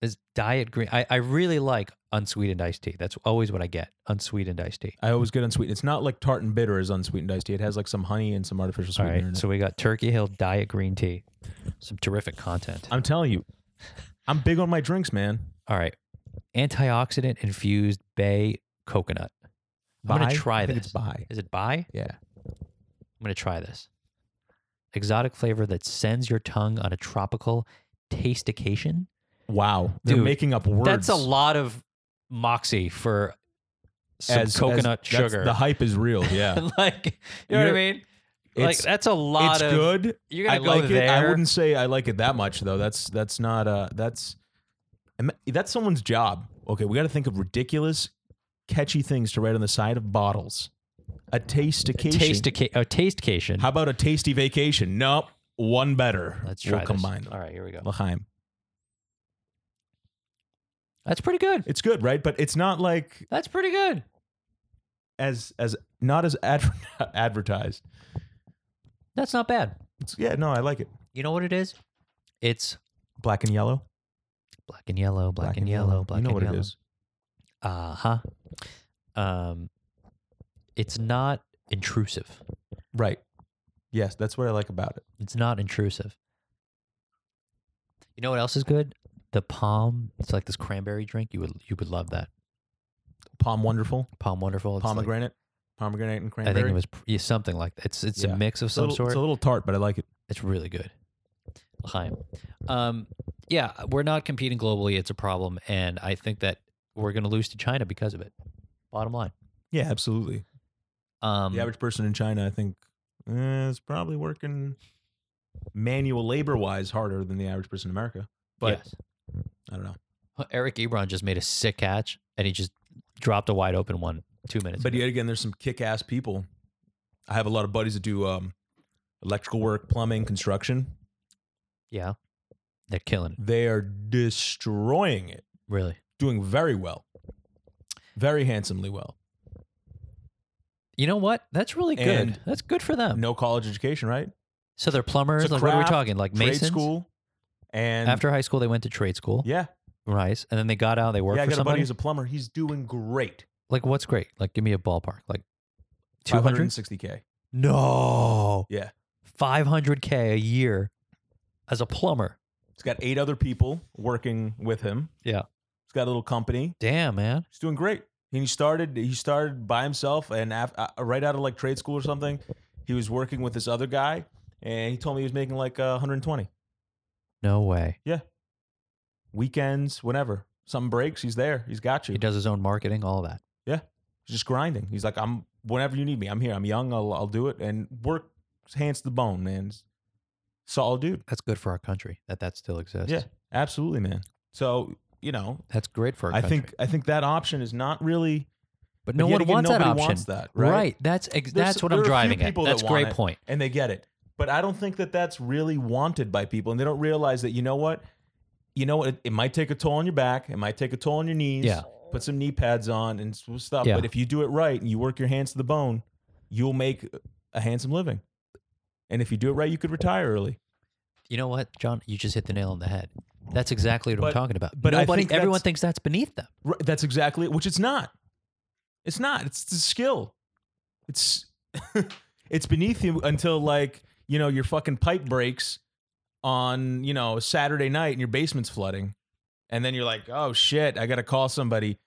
Is diet green. I, I really like unsweetened iced tea. That's always what I get. Unsweetened iced tea.
I always get unsweetened. It's not like tart and bitter is unsweetened iced tea. It has like some honey and some artificial
All
sweetener in
right.
it.
So we got Turkey Hill diet green tea. Some terrific content.
I'm telling you, I'm big on my drinks, man.
All right. Antioxidant infused bay coconut. I'm
Bye?
going to try
I
this.
think it's bye.
Is it buy?
Yeah.
I'm going to try this. Exotic flavor that sends your tongue on a tropical tastication.
Wow. They're
Dude,
making up words.
That's a lot of moxie for some
As- as-
coconut
that's-
sugar.
The hype is real. Yeah.
like, you know what I
You're-
mean? Like,
it's-
that's a lot
it's
of.
good.
You're
I
going to go
like it.
there.
I wouldn't say I like it that much though. That's that's not uh that's Im- that's someone's job. Okay, we got to think of ridiculous, catchy things to write on the side of bottles. A tastication.
taste a tastecation.
How about a tasty vacation? Nope. One better.
Let's try
We'll
this.
combine them.
All right, here we go.
L'chaim.
That's pretty good.
It's good, right? But it's not like
That's pretty good.
as as not as adver- advertised.
That's not bad.
It's, yeah, no, I like it.
You know what it is? It's
Black and yellow.
black and yellow, black, and, yellow, black
you know
and
what
yellow.
it is.
Uh huh. Um, it's not intrusive.
Right. Yes, that's what I like about it.
It's not intrusive. You know what else is good? The palm. It's like this cranberry drink. You would you would love that
Palm wonderful,
palm. Wonderful. It's like-
pomegranate, pomegranate and
I
cranberry.
think it was pr- yeah, something like that. It's it's
Yeah.
a mix of
It's a
some
little,
sort.
It's a little tart, but I like it.
It's really good. L'chaim. Um, yeah, we're not competing globally. It's a problem, and I think that we're going to lose to China because of it. Bottom line.
Yeah, absolutely.
Um,
the average person in China, I think, eh, is probably working manual labor wise harder than the average person in America. But
yes.
I don't know.
Eric Ebron just made a sick catch and he just dropped a wide open one two minutes.
But
ago.
yet again, there's some kick ass people. I have a lot of buddies that do um, electrical work, plumbing, construction.
yeah, they're killing it.
They are destroying it,
Really.
doing very well, very handsomely well.
You know what? That's really good.
And-
That's good for them.
No college education, right?
So they're plumbers.
It's a
Like, what are we
craft,
talking? Like
Trade
masons.
school. And
After high school, they went to trade school.
yeah,
Right. And then they got out. They worked
yeah, I
for
got a buddy
somebody.
who's a plumber. He's doing great.
like, what's great? Like, give me a ballpark. Like, two hundred.
260k.
No.
Yeah.
500K a year as a plumber.
He's got eight other people working with him.
Yeah.
He's got a little company.
Damn, man.
He's doing great. And he started he started by himself and af- uh, right out of like trade school or something, he was working with this other guy and he told me he was making like uh, 120
No way.
weekends, whenever. Something breaks, he's there. He's got you.
He does his own marketing, all that.
He's just grinding. He's like I'm whenever you need me, I'm here. I'm young. I'll I'll do it and work hands to the bone, man. Solid dude.
That's good for our country that that still exists.
Yeah. Absolutely, man. So, you know,
That's great for our
I
country.
think I think that option is not really
but no
yet
one
again,
wants that
nobody
option.
wants that, right?
That's ex-
There's-
that's what
there
I'm
are a few
driving at.
people that
That's a great
want it.
point.
and they get it. But I don't think that that's really wanted by people, and they don't realize that you know what, you know what, it, it might take a toll on your back, it might take a toll on your knees.
Yeah.
Put some knee pads on and s- stuff.
Yeah.
But if you do it right and you work your hands to the bone, you'll make a handsome living. And if you do it right, you could retire early.
You know what, John? You just hit the nail on the head. That's exactly what I'm
But-
talking about.
but I
Nobody,
think
everyone
that's-
thinks that's beneath them.
Right, that's exactly which it's not. It's not. It's the skill. It's it's beneath you until like you know your fucking pipe breaks on you know Saturday night and your basement's flooding, and then you're like, oh shit, I gotta call somebody.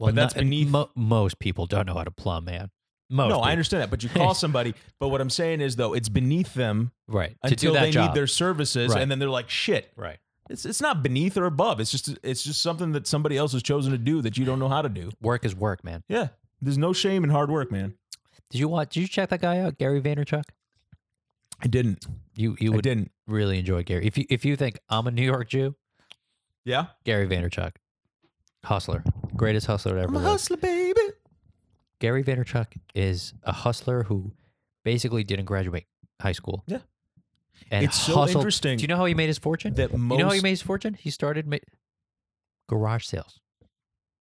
Well,
But that's
no-
beneath-
mo- most people don't know how to plumb, man. Most
no,
people.
I understand that, but you call somebody. but what I'm saying is though, it's beneath them
right to do
until
that
they
job.
need their services,
Right.
and then they're like, shit.
right.
It's it's not beneath or above. It's just it's just something that somebody else has chosen to do that you don't know how to do.
Work is work, man.
Yeah, there's no shame in hard work, man.
Did you watch? Did you check that guy out, Gary Vaynerchuk?
I didn't.
You you
I
would
didn't.
really enjoy Gary. If you if you think I'm a New York Jew,
Yeah.
Gary Vaynerchuk, hustler, greatest hustler to ever. live.
baby.
Gary Vaynerchuk is a hustler who basically didn't graduate high school.
Yeah.
and
it's so
hustled.
interesting
Do you know how he made his fortune?
that most.
you know how he made his fortune? He started ma- garage sales,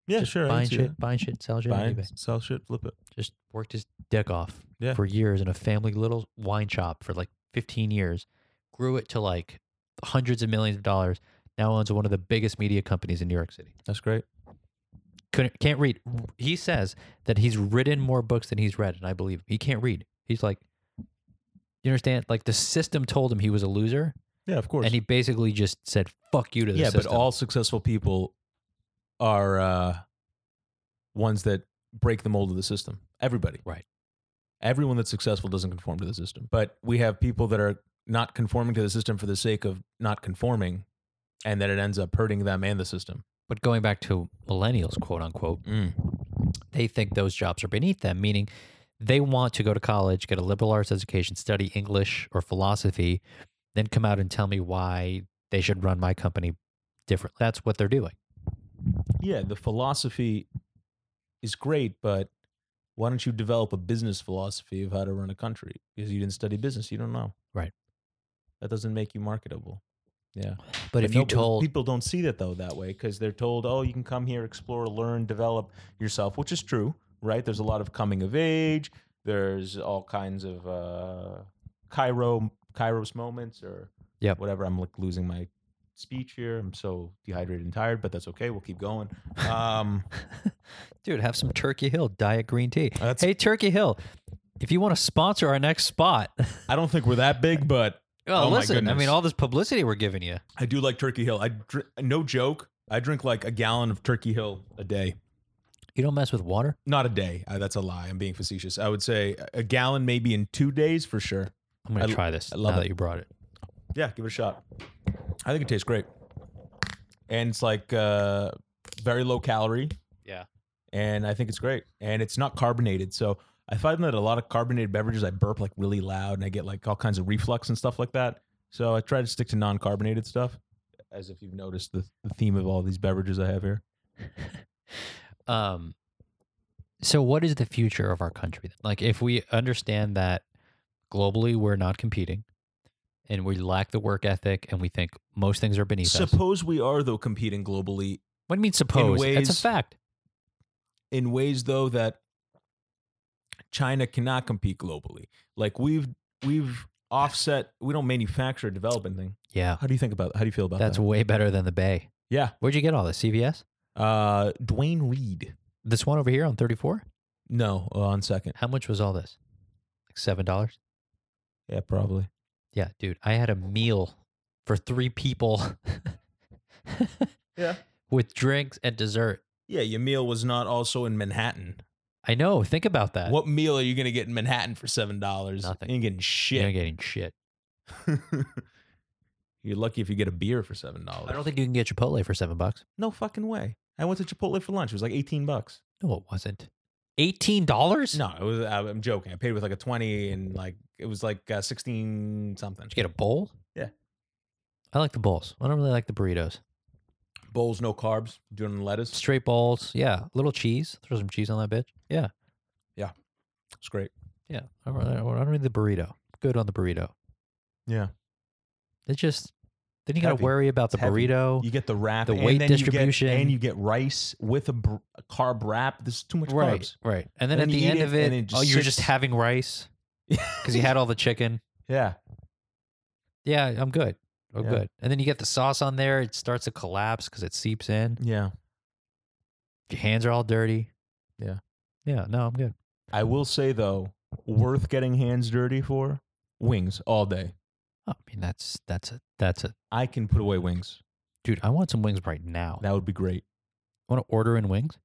yeah, sure. I can
buying
see
shit, buying shit, selling
that.
shit on
Buying,
eBay.
sell shit, flip it.
Just worked his dick off
Yeah.
for years in a family little wine shop for like 15 years. Grew it to like hundreds of millions of dollars. Now owns one of the biggest media companies in New York City.
That's great.
couldn't can't read. He says that he's written more books than he's read, and I believe him. he can't read. He's like, you understand? Like the system told him he was a loser,
Yeah, of course.
and he basically just said "fuck you" to the
yeah,
system.
but all successful people are uh, ones that break the mold of the system. Everybody.
Right.
Everyone that's successful doesn't conform to the system. But we have people that are not conforming to the system for the sake of not conforming, and that it ends up hurting them and the system.
But going back to millennials, quote unquote, they think those jobs are beneath them, meaning they want to go to college, get a liberal arts education, study English or philosophy, then come out and tell me why they should run my company differently. That's what they're doing.
yeah, the philosophy is great, but why don't you develop a business philosophy of how to run a country? Because you didn't study business, you don't know.
Right.
That doesn't make you marketable. Yeah.
But, if you
no-
told
people don't see that though that way because they're told, oh, you can come here, explore, learn, develop yourself, which is true, right? There's a lot of coming of age. There's all kinds of uh, Cairo Kairos moments or
Yep.
whatever. I'm like losing my speech here. I'm so dehydrated and tired, but that's okay. We'll keep going. Um,
Dude, have some Turkey Hill diet green tea.
That's-
hey, Turkey Hill, if you want to sponsor our next spot,
I don't think we're that big, but
well,
Oh my
listen, I
goodness.
mean, all this publicity we're giving you.
I do like Turkey Hill. I dr- no joke. I drink like a gallon of Turkey Hill a day.
You don't mess with water.
Not a day. Uh, that's a lie. I'm being facetious. I would say a gallon maybe in two days for sure.
I'm gonna
I-
try this.
I love
now
it.
that you brought it.
Yeah, give it a shot. I think it tastes great, and it's like uh, very low calorie.
Yeah.
and I think it's great, and it's not carbonated. So I find that a lot of carbonated beverages, I burp like really loud, and I get like all kinds of reflux and stuff like that. So I try to stick to non-carbonated stuff. as if you've noticed the, the theme of all these beverages I have here.
um so what is the future of our country like if we understand that globally we're not competing and we lack the work ethic and we think most things are beneath us what
Suppose we are though competing globally
do you mean suppose it's a
ways-
fact
in ways though that China cannot compete globally. Like we've we've offset we don't manufacture a development thing.
yeah
How do you think about how do you feel about
that's
that?
way better than the bay
yeah.
where'd you get all this cvs
Uh Dwayne Reed.
this one over here on 34
No, uh, on second.
how much was all this like seven dollars
Yeah, probably.
yeah dude i had a meal for three people
Yeah.
with drinks and dessert
Yeah, your meal was not also in Manhattan.
i know think about that
What meal are you gonna get in Manhattan for seven dollars?
Uh, Nothing.
You ain't getting
you're
shit.
getting shit
You're lucky if you get a beer for seven dollars.
I don't think you can get Chipotle for seven bucks.
no fucking way. I went to Chipotle for lunch. It was like eighteen bucks.
No, it wasn't. Eighteen dollars?
No, it was. I- I'm joking. I paid with like a twenty, and like it was like uh, sixteen something.
Did you get a bowl?
Yeah.
I like the bowls. I don't really like the burritos.
Bowls, no carbs, doing the lettuce.
Straight bowls. Yeah. A little cheese. Throw some cheese on that bitch. Yeah.
It's great.
Yeah. I don't, I don't- I don't need the burrito. Good on the burrito.
Yeah.
It's just then you got
Heavy.
to worry about the
It's heavy.
burrito.
You get the wrap,
The
and
weight
then you get-
distribution.
and you get rice with a, br- a carb wrap. This is too much
right.
carbs.
Right. And then
And
at
you
the
eat
end
it,
of
and
it,
it just
oh, you're just
sits-
having rice because you had all the chicken.
yeah,
Yeah, I'm good. I'm
Yeah.
good. And then you get the sauce on there. It starts to collapse because it seeps in.
yeah.
Your hands are all dirty.
Yeah.
Yeah. No, I'm good.
I will say though, worth getting hands dirty for wings all day.
Oh, I mean, that's that's a that's a
I can put away wings.
dude. I want some wings right now.
That would be great.
want to order in wings?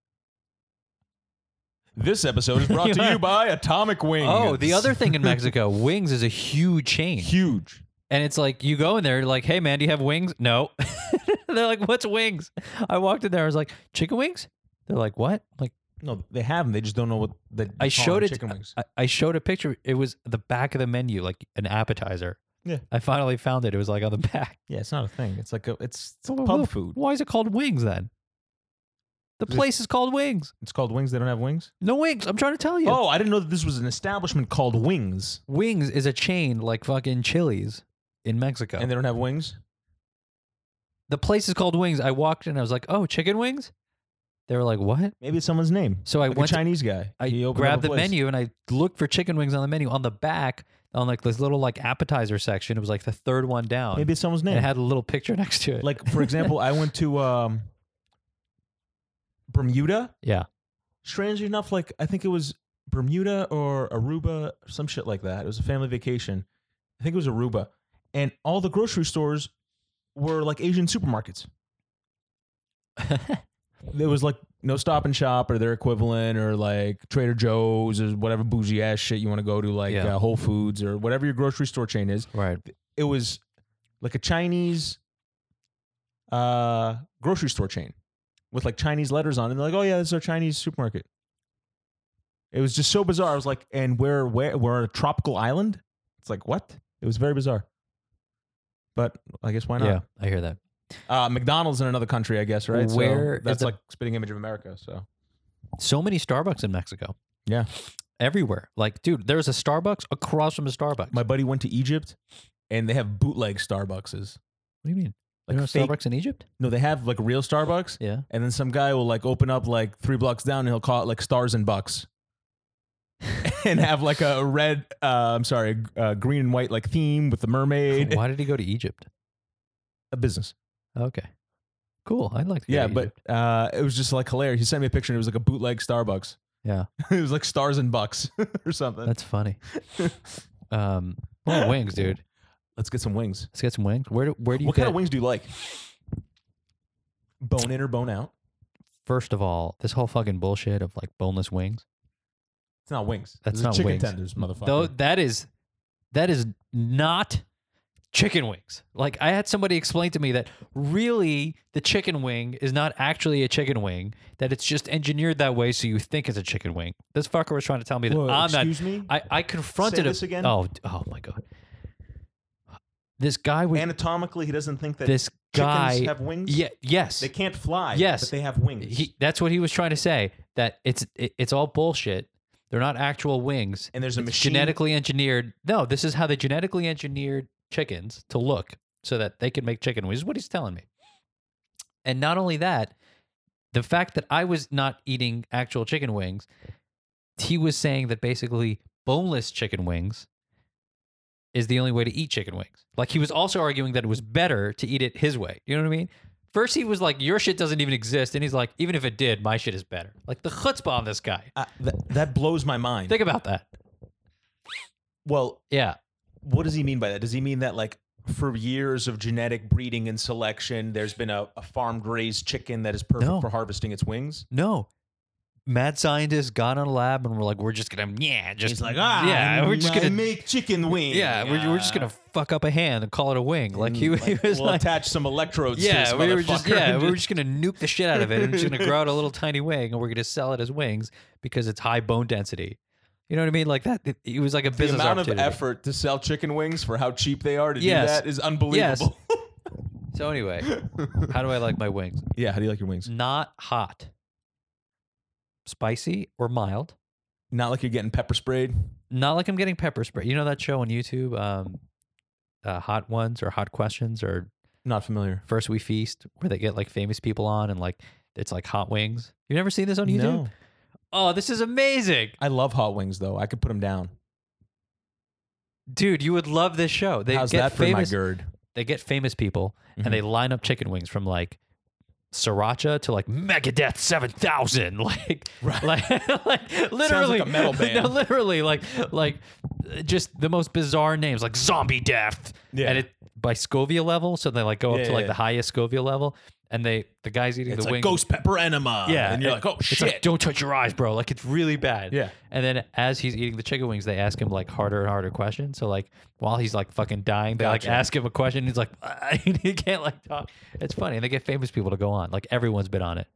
This episode is brought to you by Atomic Wings.
Oh, the other thing in Mexico, wings is a huge chain,
huge.
and it's like you go in there, you're like, hey man, do you have wings? No. They're like, what's wings? I walked in there, I was like, chicken wings. They're like, what? I'm like,
No, they have them. They just don't know what the
I showed it-
Chicken wings.
I, I showed a picture. It was the back of the menu, like an appetizer.
Yeah.
I finally found it. It was like on the back.
Yeah, it's not a thing. It's like a it's, it's
Well,
pub
well,
food.
Why is it called wings then? The
Is it-
place is called wings.
It's called wings. They don't have wings.
No wings. I'm trying to tell you.
Oh, I didn't know that this was an establishment called Wings,
Wings is a chain like fucking Chili's in Mexico.
and
And
they don't have wings.
the place is called Wings. I walked in, I was like, "Oh, chicken wings." They were like, "What?"
Maybe it's someone's name.
So I
Like
went.
a
to-
Chinese guy.
I
He opened up
grabbed
a
the
place.
menu and I looked for chicken wings on the menu. On the back, on like this little like appetizer section, it was like the third one down.
Maybe it's someone's
and
name.
it had a little picture next to it.
like for example, I went to um, Bermuda.
yeah,
strangely enough, like I think it was Bermuda or Aruba, some shit like that. It was a family vacation. I think it was Aruba, and all the grocery stores were like Asian supermarkets. There was like no Stop and Shop or their equivalent, or like Trader Joe's or whatever bougie ass shit you want to go to, like
Yeah.
uh, Whole Foods or whatever your grocery store chain is.
right.
It was like a Chinese uh, grocery store chain with like Chinese letters on it. And they're like, oh yeah, this is our Chinese supermarket. It was just so bizarre. I was like, and we're where we're on a tropical island? It's like what? It was very bizarre. But I guess why
Yeah,
not?
I hear that.
Uh, McDonald's in another country, I guess, right? So
Where is
that's
the-
like spitting image of America. So
So many Starbucks in Mexico.
Yeah.
everywhere. Like, dude, there's a Starbucks across from a Starbucks.
my buddy went to Egypt, and they have bootleg Starbuckses.
what do you mean? Like
Like
there are
fake-
Starbucks in Egypt?
No, they have like real Starbucks,
Yeah.
and then some guy will like open up like three blocks down, and he'll call it like stars and bucks, and have like a red, uh, I'm sorry, uh, green and white like theme with the mermaid.
Why did he go to Egypt?
A business.
Okay. Cool. I'd like to go
Yeah,
to
but
Egypt.
uh, it was just like hilarious. He sent me a picture and it was like a bootleg Starbucks.
Yeah.
it was like stars and bucks or something.
That's funny. Um well, wings, dude.
Let's get some wings.
Let's get some wings. Where do where do you
what
get
kind of wings do you like? Bone in or bone out?
first of all, this whole fucking bullshit of like boneless wings.
It's not wings.
That's
Those are
not
chicken
wings.
tenders, motherfucker.
Though that is that is not chicken wings. Like I had somebody explain to me that really the chicken wing is not actually a chicken wing, that it's just engineered that way so you think it's a chicken wing. This fucker was trying to tell me that
Whoa,
I'm not
excuse me.
I, I confronted him.
this again?
Oh, d- oh my god. This guy was
Anatomically, he doesn't think that
this guy.
have wings.
Yeah. Yes.
They can't fly.
Yes.
But they have wings.
He, that's what he was trying to say. That it's it, it's all bullshit. They're not actual wings.
and there's a
It's
machine.
genetically engineered. No, this is how they genetically engineered chickens to look so that they could make chicken wings. Is what he's telling me. And not only that, the fact that I was not eating actual chicken wings, he was saying that basically boneless chicken wings is the only way to eat chicken wings. Like he was also arguing that it was better to eat it his way. You know what I mean? First, he was like, "Your shit doesn't even exist," and he's like, "Even if it did, my shit is better." Like the chutzpah on this guy.
Uh, th- that blows my mind.
Think about that.
well,
Yeah,
what does he mean by that? Does he mean that like for years of genetic breeding and selection, there's been a, a farm raised chicken that is perfect
No.
for harvesting its wings?
No. Mad scientists got on a lab and were like, we're just gonna yeah, just
He's like, ah,
yeah, we're just
I
gonna
make chicken wings.
yeah, we're, we're just gonna fuck up a hand and call it a wing. Like he, he was
Mm, we'll
like,
attach some electrodes. to this
yeah, we were just
motherfucker
yeah,
and
we were
just-
just gonna nuke the shit out of it and it's gonna grow out a little tiny wing and we're gonna sell it as wings because it's high bone density. You know what I mean? Like that, it, it was like a
the
business
amount of
opportunity.
effort to sell chicken wings for how cheap they are to
Yes.
do that is unbelievable.
So anyway, how do I like my wings?
yeah, how do you like your wings?
Not hot, spicy or mild.
Not like you're getting pepper sprayed.
not like I'm getting pepper spray. You know that show on YouTube, um, uh, Hot Ones or Hot Questions or
Not familiar.
First We Feast, where they get like famous people on and like it's like hot wings. You've never seen this on YouTube?
No.
Oh, this is amazing,
I love hot wings though. I could put them down.
dude! You would love this show. They
How's
get
that for
famous.
my gird?
They get famous people
Mhm.
and they line up chicken wings from like sriracha to like Megadeth seven thousand, like
Right.
like like literally
a metal band.
No, literally like like uh, just the most bizarre names like zombie death
Yeah.
and it by scovia level so they like go up
Yeah,
to like
yeah.
the highest scovia level and they the guy's eating
It's
the
like
wing
ghost pepper enema.
Yeah,
and you're
it-
like, oh
it's
shit.
like don't touch your eyes bro like it's really bad
Yeah.
and then as he's eating the chicken wings they ask him like harder and harder questions so like while he's like fucking dying they
Gotcha.
like ask him a question and he's like "Ah," he can't like talk it's funny and they get famous people to go on like everyone's been on it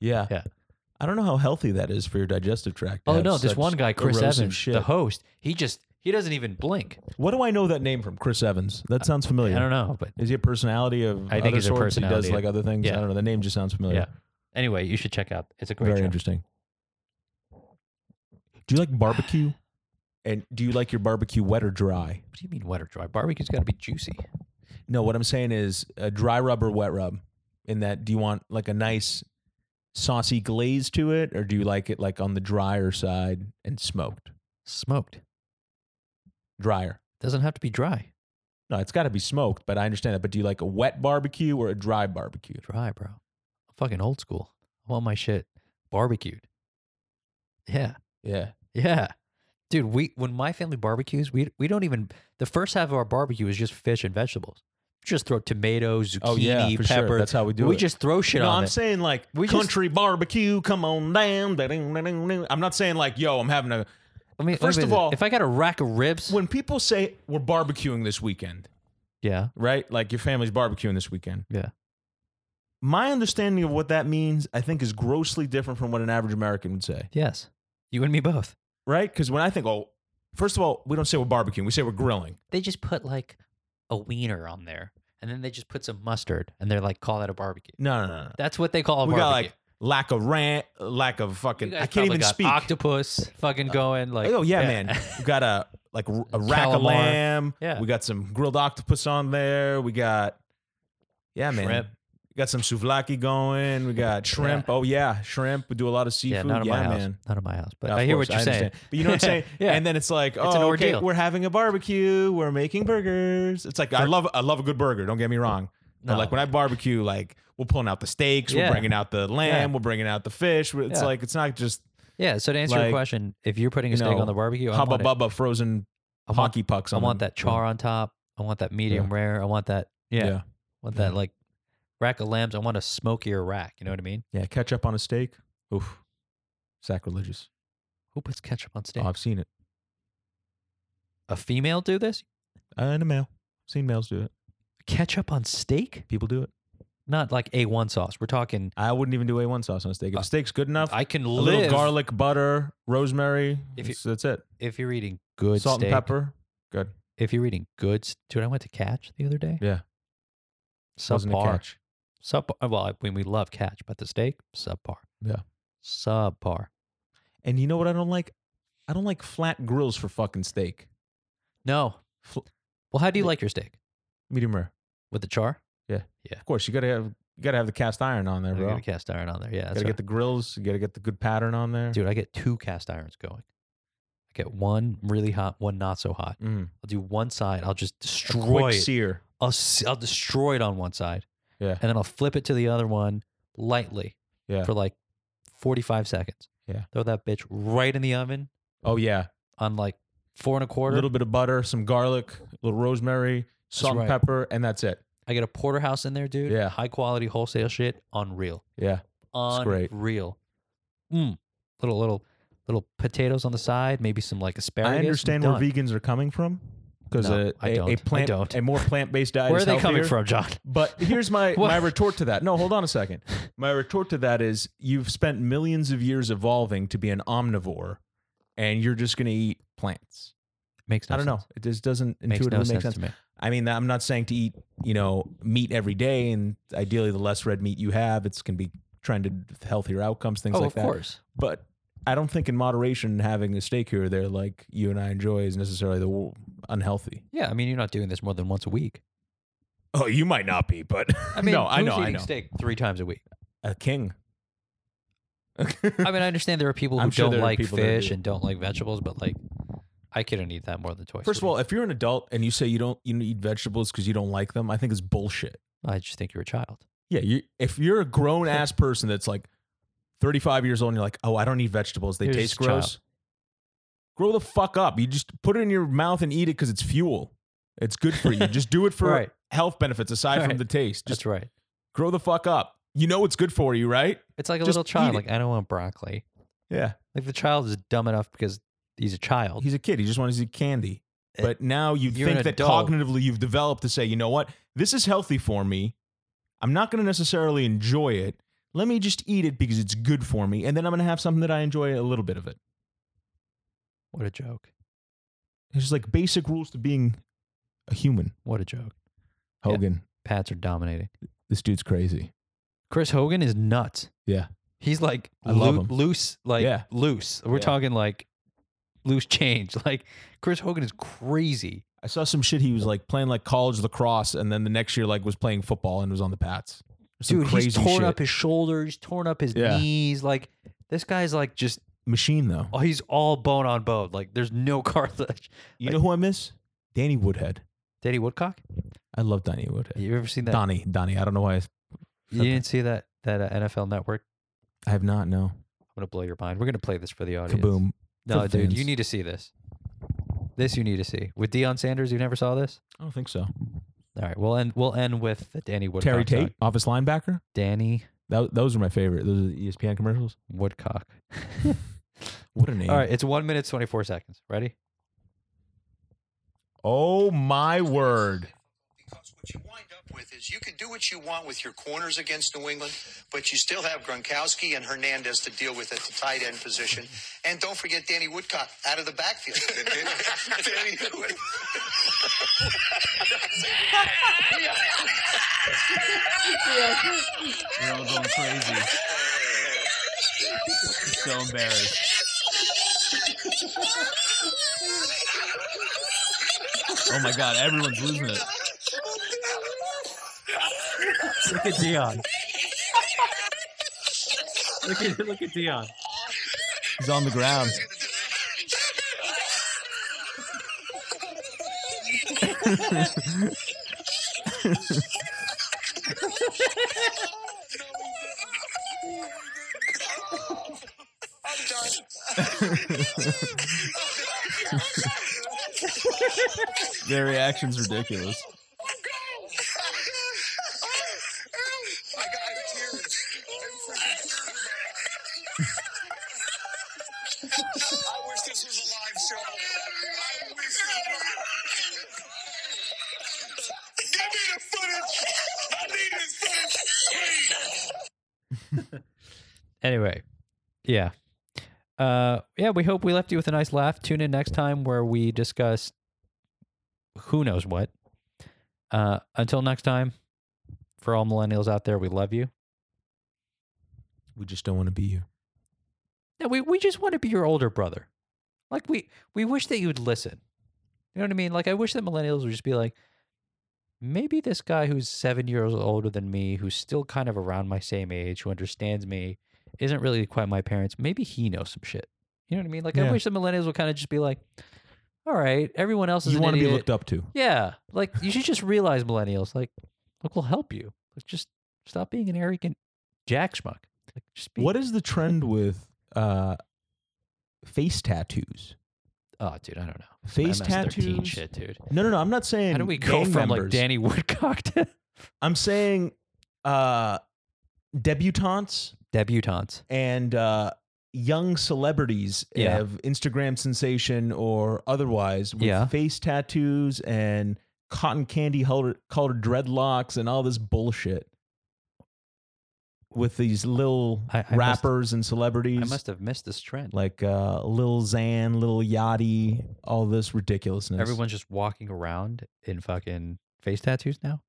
Yeah.
Yeah.
I don't know how healthy that is for your digestive tract. to
oh
have
no this
such
one guy chris
erosive
evans
Shit.
the host he just he doesn't even blink
what do I know that name from? Chris Evans. That sounds
Oh,
familiar.
i don't know but
Is he a personality of
I think
other
he's a
sorts? He does
personality.
like other things.
Yeah.
I don't know. The name just sounds
Oh,
familiar.
yeah anyway you should check out it's a great
Very
show.
interesting. Do you like barbecue?
And do you like your barbecue wet or dry?
What do you mean wet or dry? Barbecue's got to be juicy.
No, what I'm saying is a dry rub or wet rub. In that, do you want like a nice saucy glaze to it, or do you like it like on the drier side and smoked?
Smoked
Drier.
doesn't have to be dry.
No, it's got to be smoked, but I understand that. But do you like a wet barbecue or a dry barbecue?
Dry, bro. I'm fucking old school. I want my shit barbecued. Yeah,
Yeah.
yeah, dude. We when my family barbecues, we we don't even the first half of our barbecue is just fish and vegetables. Just throw tomatoes, zucchini,
Oh yeah, for
pepper.
sure. That's how we do
we
it.
just throw shit
no,
on
I'm
it.
saying like
We just-
country barbecue. Come on down. da-ding-da-ding-ding. I'm not saying like yo. I'm having a.
I mean,
first
wait a
of
minute.
all-
if I got a rack of ribs,
When people say we're barbecuing this weekend,
yeah,
right? Like your family's barbecuing this weekend.
Yeah.
My understanding of what that means, I think, is grossly different from what an average American would say,
yes, you and me both.
right? Because when I think, oh, first of all, we don't say we're barbecuing, we say we're grilling.
They just put like a wiener on there, and then they just put some mustard, and they're like, call that a barbecue.
No, no, no. no.
That's what they call a
we
barbecue.
got like lack of rant, lack of
You
fucking.
guys
I can't
probably
even
got
speak.
Octopus fucking going like.
oh yeah, man. We got a like a rack of
Calamar.
lamb.
Yeah.
We got some grilled octopus on there. We got yeah, man.
Shrimp.
We got some souvlaki going. We got shrimp. Oh yeah, shrimp. We do a lot of
yeah,
seafood. Yeah,
not in my house.
man.
Not in my house. But
Of
I hear
course,
what you're saying.
understand. But you know what I'm saying?
Yeah.
And then it's like,
an
oh, okay,
ordeal.
we're having a barbecue. We're making burgers. It's like I love I love a good burger. Don't get me wrong. But
No.
like when I barbecue, like we're pulling out the steaks,
Yeah.
we're bringing out the lamb,
Yeah.
we're bringing out the fish. It's
Yeah.
like it's not just
Yeah. So to answer
Like,
your question, if you're putting a
you
steak
know,
on the barbecue, I
hubba
want, it.
bubba frozen
I, want,
hockey pucks.
I
On
want
them.
that char on top. I want that medium rare. I want that. Yeah. I
yeah,
want that like rack of lambs. I want a smokier rack. You know what I mean?
yeah. Ketchup on a steak. Oof, sacrilegious.
Who puts ketchup on steak?
Oh, I've seen it.
a female do this?
Uh, in a male, seen males do it.
Ketchup on steak?
People do it.
Not like A1 sauce. We're talking.
I wouldn't even do a one sauce on a steak. If
Uh,
the steak's good enough,
I can
a
live
little garlic, butter, rosemary.
If you-
it's- that's it.
if you're eating good
Salt
steak.
and pepper. Good.
if you're eating goods, dude, I went to Catch the other day.
Yeah. Wasn't a
subpar.
catch.
Sub. Well, I mean, we love catch, but the steak subpar.
Yeah.
subpar.
And you know what I don't like? I don't like flat grills for fucking steak.
No.
Fl-
Well, how do you
Yeah.
like your steak
Medium rare.
with the char?
Of course, you gotta have you gotta have the cast iron on there,
I
bro.
got a cast iron on there. Yeah, that's
gotta
right.
get the grills. You gotta get the good pattern on there.
dude. I get two cast irons going. I get one really hot, one not so hot.
Mm.
I'll do one side. I'll just
A quick
destroy it.
sear.
I'll, s- I'll destroy it on one side,
Yeah.
and then I'll flip it to the other one lightly
Yeah.
for like forty-five seconds.
Yeah.
throw that bitch right in the oven
Oh yeah.
on like four and a
A
quarter.
little bit of butter, some garlic, a little rosemary, salt
right.
and pepper, and that's it.
I get a porterhouse in there, dude.
Yeah.
high quality wholesale shit. Unreal.
Yeah. It's great.
Unreal. Mm. Little little little potatoes on the side, maybe some like asparagus.
I
and
understand where
done.
vegans are coming from because
No,
a,
I
a-
don't. I
a plant
don't.
a more plant based diet.
Where
is
are they coming
healthier.
from, John?
But here's my
What?
my retort to that. No, hold on a second. My retort to that is you've spent millions of years evolving to be an omnivore, and you're just going to eat plants.
Makes no
I don't
sense.
know. It just doesn't
Makes
intuitively
no sense,
make sense.
to me.
I mean, I'm not saying to eat you know meat every day, and ideally the less red meat you have, it's can be trended with healthier outcomes, things
Oh,
like
of
that.
course.
But I don't think in moderation having a steak here or there like you and I enjoy is necessarily the w- unhealthy.
Yeah, I mean, you're not doing this more than once a week.
Oh, you might not be, but
I mean,
no, I
who's
know, I
eating
know.
steak three times a week.
A king.
I mean, I understand there are people who
I'm sure
don't
there are
like
people that
fish
do.
and don't like vegetables, but like, I couldn't eat that more than twice.
First
a
of all,
week.
if you're an adult and you say you don't you don't eat vegetables because you don't like them, I think it's bullshit.
I just think you're a child.
Yeah, you if you're a grown ass person that's like 35 years old and you're like, oh, I don't eat vegetables, they
You're
taste
just a child.
gross. Grow the fuck up. You just put it in your mouth and eat it because it's fuel. It's good for you. just do it for
Right.
health benefits aside
Right.
from the taste. Just
That's right.
grow the fuck up. You know it's good for you, right?
It's like a
just
little
eat
child.
it.
Like, I don't want broccoli.
Yeah.
Like the child is dumb enough because he's a child.
He's a kid. He just wants to eat candy.
Eh,
But now you
you're an
think that
adult.
cognitively you've developed to say, you know what? This is healthy for me. I'm not going to necessarily enjoy it. Let me just eat it because it's good for me. And then I'm going to have something that I enjoy a little bit of it.
What a joke.
It's just like basic rules to being a human.
What a joke. Yeah.
Hogan,
Pats are dominating.
this dude's crazy.
Chris Hogan is nuts.
Yeah.
He's like
I love
loo-
him.
loose, like
Yeah.
loose. We're
Yeah.
talking like loose change. Like Chris Hogan is crazy.
I saw some shit he was like playing like college lacrosse and then the next year like was playing football and was on the Pats. Some
Dude,
crazy
he's torn
shit.
up his shoulders, torn up his
Yeah.
knees. Like this guy's like just
machine though.
oh, he's all bone on bone. Like there's no cartilage.
You
Like-
know who I miss? Danny Woodhead.
Danny Woodcock?
I love Danny Woodhead.
You ever seen that?
Donnie, Donnie. I don't know why I,
you didn't see that that uh, NFL Network?
I have not. No.
I'm gonna blow your mind. We're gonna play this for the audience.
Kaboom.
No,
for the
dude, you
fans.
need to see this. This you need to see with Deion Sanders. You never saw this?
I don't think so.
All right, we'll end. We'll end with the Danny Woodcock.
Terry
song.
Tate, office linebacker.
Danny
That, those are my favorite. Those are the E ESPN commercials.
Woodcock.
What a name.
All right, it's one minute twenty four seconds. Ready?
Oh my word.
Because what you wind up with is you can do what you want with your corners against New England, but you still have Gronkowski and Hernandez to deal with at the tight end position. And don't forget Danny Woodcock out of the backfield. Danny Woodcock.
You're all going crazy. so embarrassed. Oh my god, everyone's losing it.
Look at Dion. look at look at Dion.
He's on the ground. Their reaction's ridiculous.
I got tears. I'm freaking- I wish this was a live show. I wish this was- Give me the footage. I need this footage, please.
Anyway, yeah, uh, yeah. We hope we left you with a nice laugh. Tune in next time where we discuss who knows what. Uh, until next time, for all millennials out there, we love you.
We just don't want to be you.
No, we, we just want to be your older brother. Like we we wish that you'd listen. You know what I mean? Like I wish that millennials would just be like, maybe this guy who's seven years older than me, who's still kind of around my same age, who understands me, isn't really quite my parents. Maybe he knows some shit. You know what I mean? Like I
Yeah.
wish the millennials would kind of just be like, all right, everyone else is
You
an
want to be
idiot.
looked up to.
Yeah, like you should just realize, millennials, like, look, we'll help you. Like, just stop being an arrogant jack schmuck. Like, just be.
What is the trend with uh, face tattoos?
Oh, dude, I don't know.
Face
MS-13
tattoos.
shit, dude.
No, no, no. I'm not saying.
How do we go
gang
from like
members.
Danny Woodcock to
I'm saying uh, debutantes
debutantes?
and uh, young celebrities
Yeah.
of Instagram sensation or otherwise with
Yeah.
face tattoos and cotton candy colored, colored dreadlocks and all this bullshit with these little
I- I must-
rappers and
I
celebrities
must have missed this trend. Like,
like uh, Lil Xan, Lil Yachty, all this ridiculousness.
everyone's just walking around in fucking face tattoos now.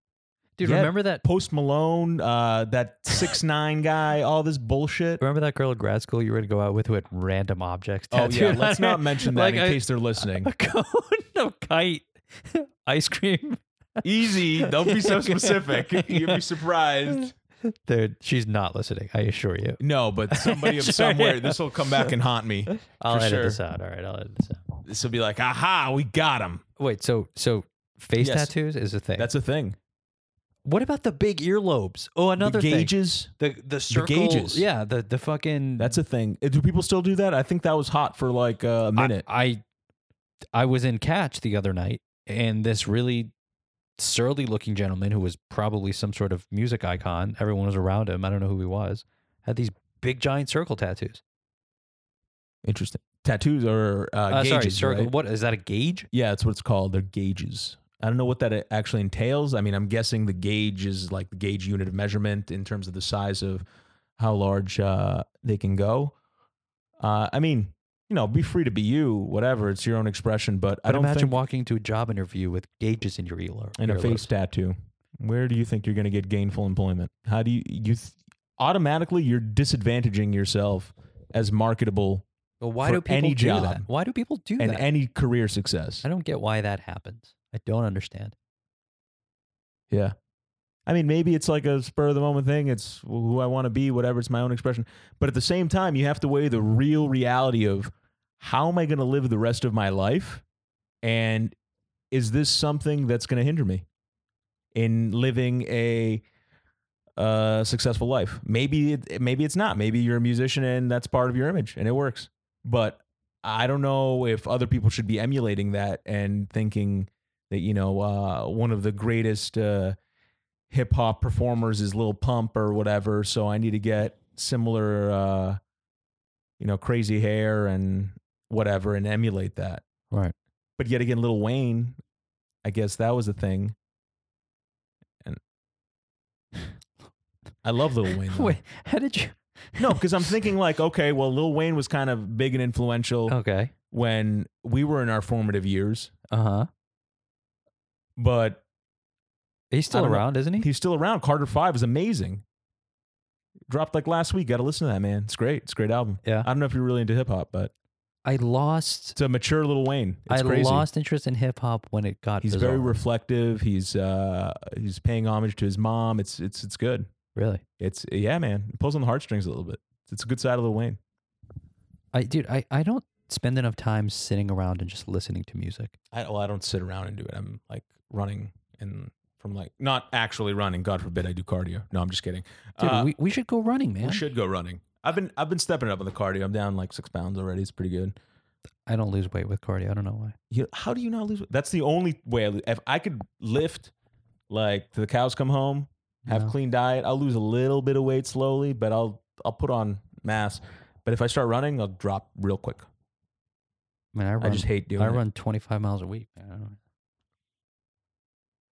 Dude,
Yeah.
remember that?
Post Malone, uh, that six nine guy, all this bullshit.
Remember that girl at grad school you were to go out with who had random objects
Oh
tattooed?
yeah, let's
on her?
not mention that
Like,
in
I-
case they're listening.
a cone of kite, ice cream.
Easy, don't be so specific. You'd
Yeah.
be surprised.
Dude, she's not listening. I assure you.
No, but somebody of
Sure,
somewhere,
yeah.
this will come back and haunt me.
I'll
For
edit
sure.
this out. All right, I'll edit this out.
This will be like, aha, we got him.
Wait, so so face
Yes.
tattoos is a thing.
That's a thing.
what about the big earlobes? Oh, another
the
thing.
gauges.
The the circle.
gauges.
Yeah, the the fucking.
That's a thing. Uh, Do people still do that? I think that was hot for like uh, a
I-
minute.
I, I was in catch the other night, and this really surly looking gentleman who was probably some sort of music icon. Everyone was around him. I don't know who he was. Had these big giant circle tattoos.
Interesting. Tattoos are uh,
Uh,
gauges.
sorry, circle.
right?
What is that? A gauge?
Yeah, that's what it's called. They're gauges. I don't know what that uh, actually entails. I mean, I'm guessing the gauge is like the gauge unit of measurement in terms of the size of how large uh, they can go. Uh, I mean, you know, be free to be you, whatever. It's your own expression, but, I
But
don't
imagine
think
walking to a job interview with gauges in your earlobe.
in a
earlobe.
face tattoo. Where do you think you're going to get gainful employment? How do you you th- automatically you're disadvantaging yourself as marketable
Well, why
for
do people
any
do that?
job
Why do people do
and
that?
any career success?
I don't get why that happens. I don't understand.
Yeah. I mean, maybe it's like a spur of the moment thing. It's who I want to be, whatever. It's my own expression. But at the same time, you have to weigh the real reality of how am I going to live the rest of my life? And is this something that's going to hinder me in living a uh, successful life? Maybe, it, maybe it's not. Maybe you're a musician and that's part of your image and it works. But I don't know if other people should be emulating that and thinking, that you know uh, one of the greatest uh, hip hop performers is Lil Pump or whatever. So I need to get similar, uh, you know, crazy hair and whatever, and emulate that.
Right.
But yet again, Lil Wayne, I guess that was a thing. And I love Lil Wayne. though.
Wait, how did you?
No, because I'm thinking like, okay, well, Lil Wayne was kind of big and influential
Okay.
when we were in our formative years,
Uh huh.
but
He's
I
still
don't know.
around, isn't he?
He's still around. Carter Five is amazing. Dropped like last week. Got to listen to that man. It's great. It's a great album.
Yeah.
I don't know if you're really into hip hop, but
I lost.
it's a mature little Wayne. It's
I
crazy.
lost interest in hip hop when it got.
He's very
bizarre.
reflective. He's uh he's paying homage to his mom. It's it's it's good.
really.
It's yeah, man. It pulls on the heartstrings a little bit. It's a good side of Lil Wayne.
I dude, I I don't spend enough time sitting around and just listening to music.
I, well, I don't sit around and do it. I'm like running and from like not actually running. God forbid I do cardio. No, I'm just kidding.
Dude,
Uh,
we, we should go running, man.
we should go running. I've been I've been stepping it up on the cardio. I'm down like six pounds already. It's pretty good.
I don't lose weight with cardio. I don't know why.
you how do you not lose weight? That's the only way. I lose. If I could lift, like till the cows come home, have
No.
clean diet, I'll lose a little bit of weight slowly, but I'll I'll put on mass. But if I start running, I'll drop real quick.
I mean, I run.
I just hate doing.
I
it.
run 25 miles a week. man. I don't, know.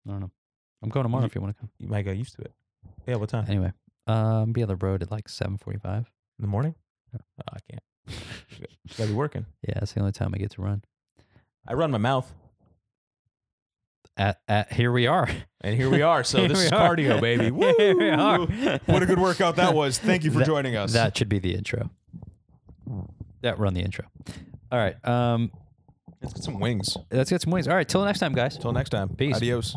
I don't know. I'm going tomorrow
You-
if you want to come.
You might get used to it. Yeah, what time?
Anyway, um, be on the road at like 7:45.
In the morning? Oh, I can't. Gotta be working.
Yeah, that's the only time I get to run.
I run my mouth.
at, at, here we are.
And here we are. So
Here
this
we
is
are.
cardio, baby. Woo!
Here we are.
What a good workout that was. Thank you for
That-
joining us.
That should be the intro. That run the intro. All right. Um,
Let's get some wings.
let's get some wings. All right. Till next time, guys.
Till next time.
Peace.
Adios.